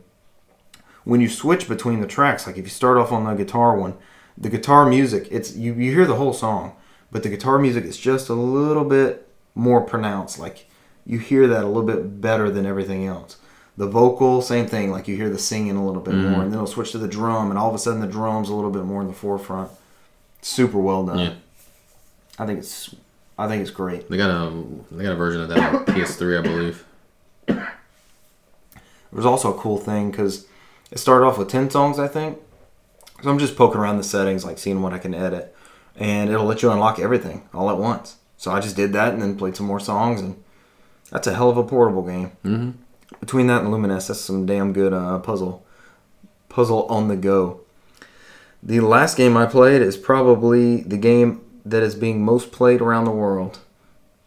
A: When you switch between the tracks, like if you start off on the guitar one, the guitar music, it's you, you hear the whole song, but the guitar music is just a little bit more pronounced. Like you hear that a little bit better than everything else. The vocal, same thing, like you hear the singing a little bit more, and then it'll switch to the drum, and all of a sudden the drum's a little bit more in the forefront. Super well done.
B: Yeah.
A: I think it's I think it's great.
B: They got a they got a version of that on PS3, I believe.
A: It was also a cool thing because it started off with 10 songs, I think. So I'm just poking around the settings, like seeing what I can edit. And it'll let you unlock everything all at once. So I just did that and then played some more songs. And that's a hell of a portable game. Mm-hmm. Between that and Luminous, that's some damn good uh, puzzle. Puzzle on the go. The last game I played is probably the game that is being most played around the world.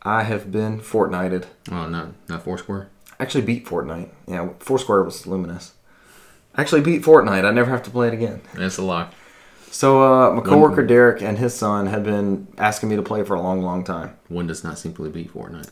A: I have been Fortnited.
B: Oh, not not Foursquare.
A: Actually beat Fortnite. Yeah, Foursquare was luminous. Actually beat Fortnite. I never have to play it again.
B: That's a lock.
A: So uh, my coworker Derek and his son had been asking me to play for a long, long time.
B: One does not simply beat Fortnite.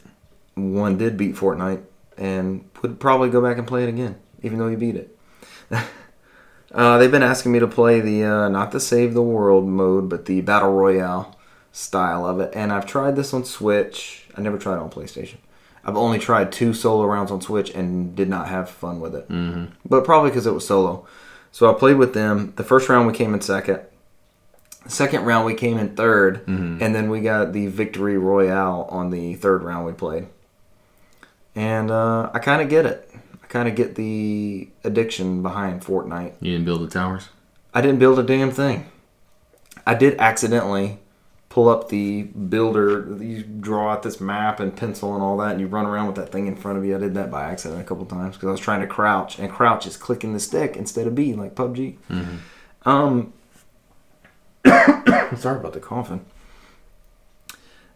A: One did beat Fortnite and would probably go back and play it again, even though he beat it. uh, they've been asking me to play the uh, not the save the world mode, but the battle royale style of it, and I've tried this on Switch. I never tried it on PlayStation. I've only tried two solo rounds on Switch and did not have fun with it. Mm-hmm. But probably because it was solo. So I played with them. The first round we came in second. Second round we came in 3rd and then we got the victory royale on the third round we played. And uh, I kind of get it. I kind of get the addiction behind Fortnite.
B: You didn't build the towers.
A: I didn't build a damn thing. I did accidentally pull up the builder. You draw out this map and pencil and all that, and you run around with that thing in front of you. I did that by accident a couple times because I was trying to crouch, and crouch is clicking the stick instead of B, like PUBG. Um, sorry about the coughing.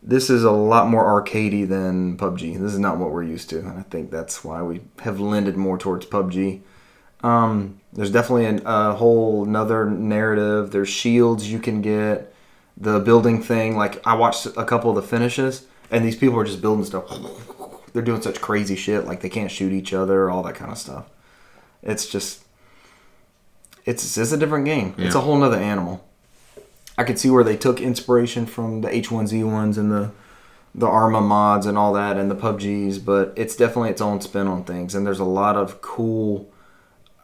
A: This is a lot more arcadey than PUBG. This is not what we're used to, and I think that's why we have lended more towards PUBG. Um, there's definitely an, a whole another narrative. There's shields you can get the building thing. Like I watched a couple of the finishes, and these people are just building stuff. They're doing such crazy shit, like they can't shoot each other, all that kind of stuff. It's just, it's it's a different game. It's a
B: Yeah.
A: whole nother animal. I could see where they took inspiration from the H1Z1s and the the Arma mods and all that, and the PUBGs, but it's definitely its own spin on things. And there's a lot of cool.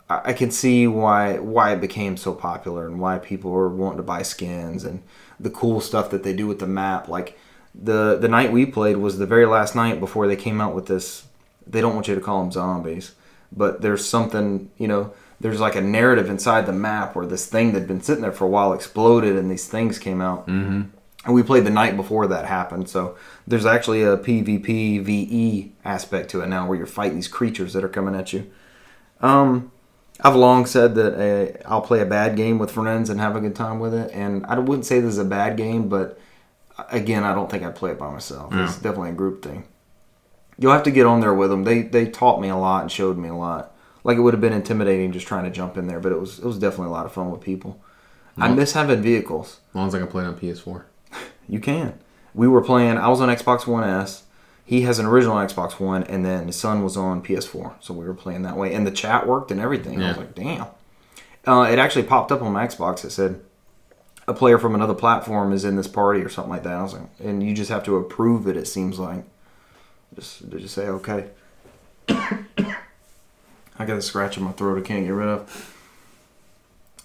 A: I I can see why why it became so popular and why people were wanting to buy skins and the cool stuff that they do with the map. Like the the night we played was the very last night before they came out with this. They don't want you to call them zombies, but there's something you know. There's like a narrative inside the map where this thing that'd been sitting there for a while exploded and these things came out. Mm-hmm. And we played the night before that happened, so there's actually a PvP VE E aspect to it now, where you're fighting these creatures that are coming at you. I've long said that uh, I'll play a bad game with friends and have a good time with it, and I wouldn't say this is a bad game, but uh, again, I don't think I'd play it by myself. It's definitely a group thing. You'll have to get on there with them. They they taught me a lot and showed me a lot. Like it would have been intimidating just trying to jump in there, but it was it was definitely a lot of fun with people. I miss having vehicles.
B: As long as I can play it on PS4.
A: You can. We were playing. I was on Xbox One S. He has an original Xbox One, and then his son was on PS4. So we were playing that way, and the chat worked and everything. I was
B: Yeah.
A: like, damn. Uh, it actually popped up on my Xbox. It said a player from another platform is in this party or something like that. I was like, and you just have to approve it. It seems like just just say okay. I got a scratch in my throat. I can't get rid of.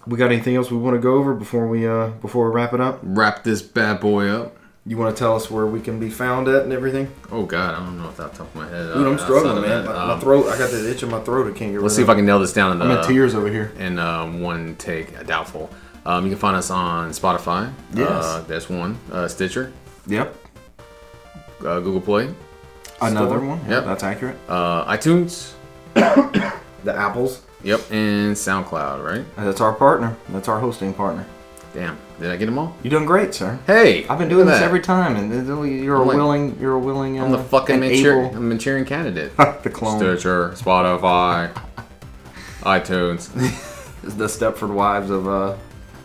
A: We got anything else we want to go over before we uh before we wrap it up?
B: Wrap this bad boy up.
A: You want to tell us where we can be found at and everything?
B: Oh God, I don't know if that top of my head.
A: Dude,
B: Uh,
A: I'm
B: outside
A: struggling,
B: of
A: man.
B: that,
A: My,
B: um,
A: my throat, I got the itch in my throat. I can't get
B: Let's see
A: rid
B: if I can nail this down in,
A: I'm in
B: uh,
A: tears over here.
B: in uh, one take. I doubtful. Um, you can find us on Spotify.
A: Yes.
B: Uh, that's one. Uh, Stitcher,
A: Yep.
B: uh, Google Play,
A: Another
B: Store.
A: one.
B: Yep.
A: That's accurate.
B: uh, iTunes.
A: The apples.
B: Yep, and SoundCloud. Right?
A: And That's our partner. That's our hosting partner.
B: Damn, did I get them all?
A: You're doing great, sir.
B: Hey,
A: I've been doing
B: look
A: this
B: at that.
A: every time, and th- th- you're a
B: I'm like-
A: willing, you're a willing. Uh,
B: I'm the fucking
A: and
B: Manchurian,
A: able-
B: I'm Manchurian candidate.
A: the clone,
B: Stitcher, Spotify, iTunes.
A: the Stepford Wives of uh,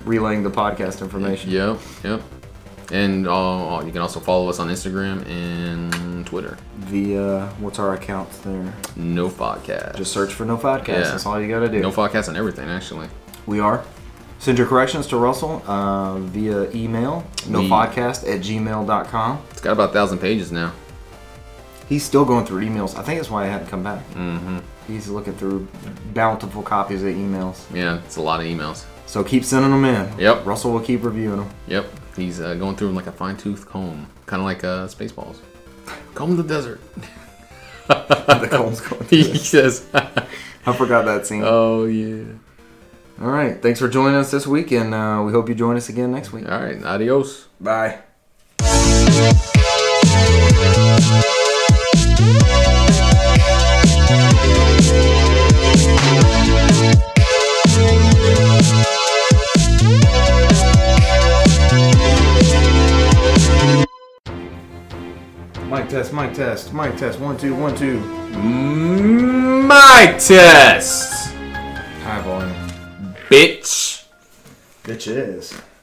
A: relaying the podcast information.
B: yep, yep. And uh, you can also follow us on Instagram and Twitter.
A: The uh, what's our accounts there?
B: No podcast.
A: Just search for No Podcast.
B: Yeah.
A: That's all you got to do.
B: no podcast on everything actually.
A: We are. Send your corrections to Russell uh, via email, nopodcast at gmail.com.
B: It's got about a thousand pages now.
A: He's still going through emails. I think that's why I hadn't come back. Mm-hmm. He's looking through bountiful copies of emails.
B: Yeah, it's a lot of emails.
A: So keep sending them in.
B: Yep.
A: Russell will keep reviewing them.
B: Yep, he's uh, going through them like a fine tooth comb, kind of like uh, Spaceballs. Comb the desert.
A: the comb's going through.
B: he says.
A: I forgot that scene.
B: oh yeah.
A: All right. Thanks for joining us this week, and uh, we hope you join us again next week.
B: All right, adios.
A: Bye.
F: Thank you.
A: mic test, mic test. One, two, one, two.
B: My test,
A: High volume.
B: bitch.
A: Bitch is.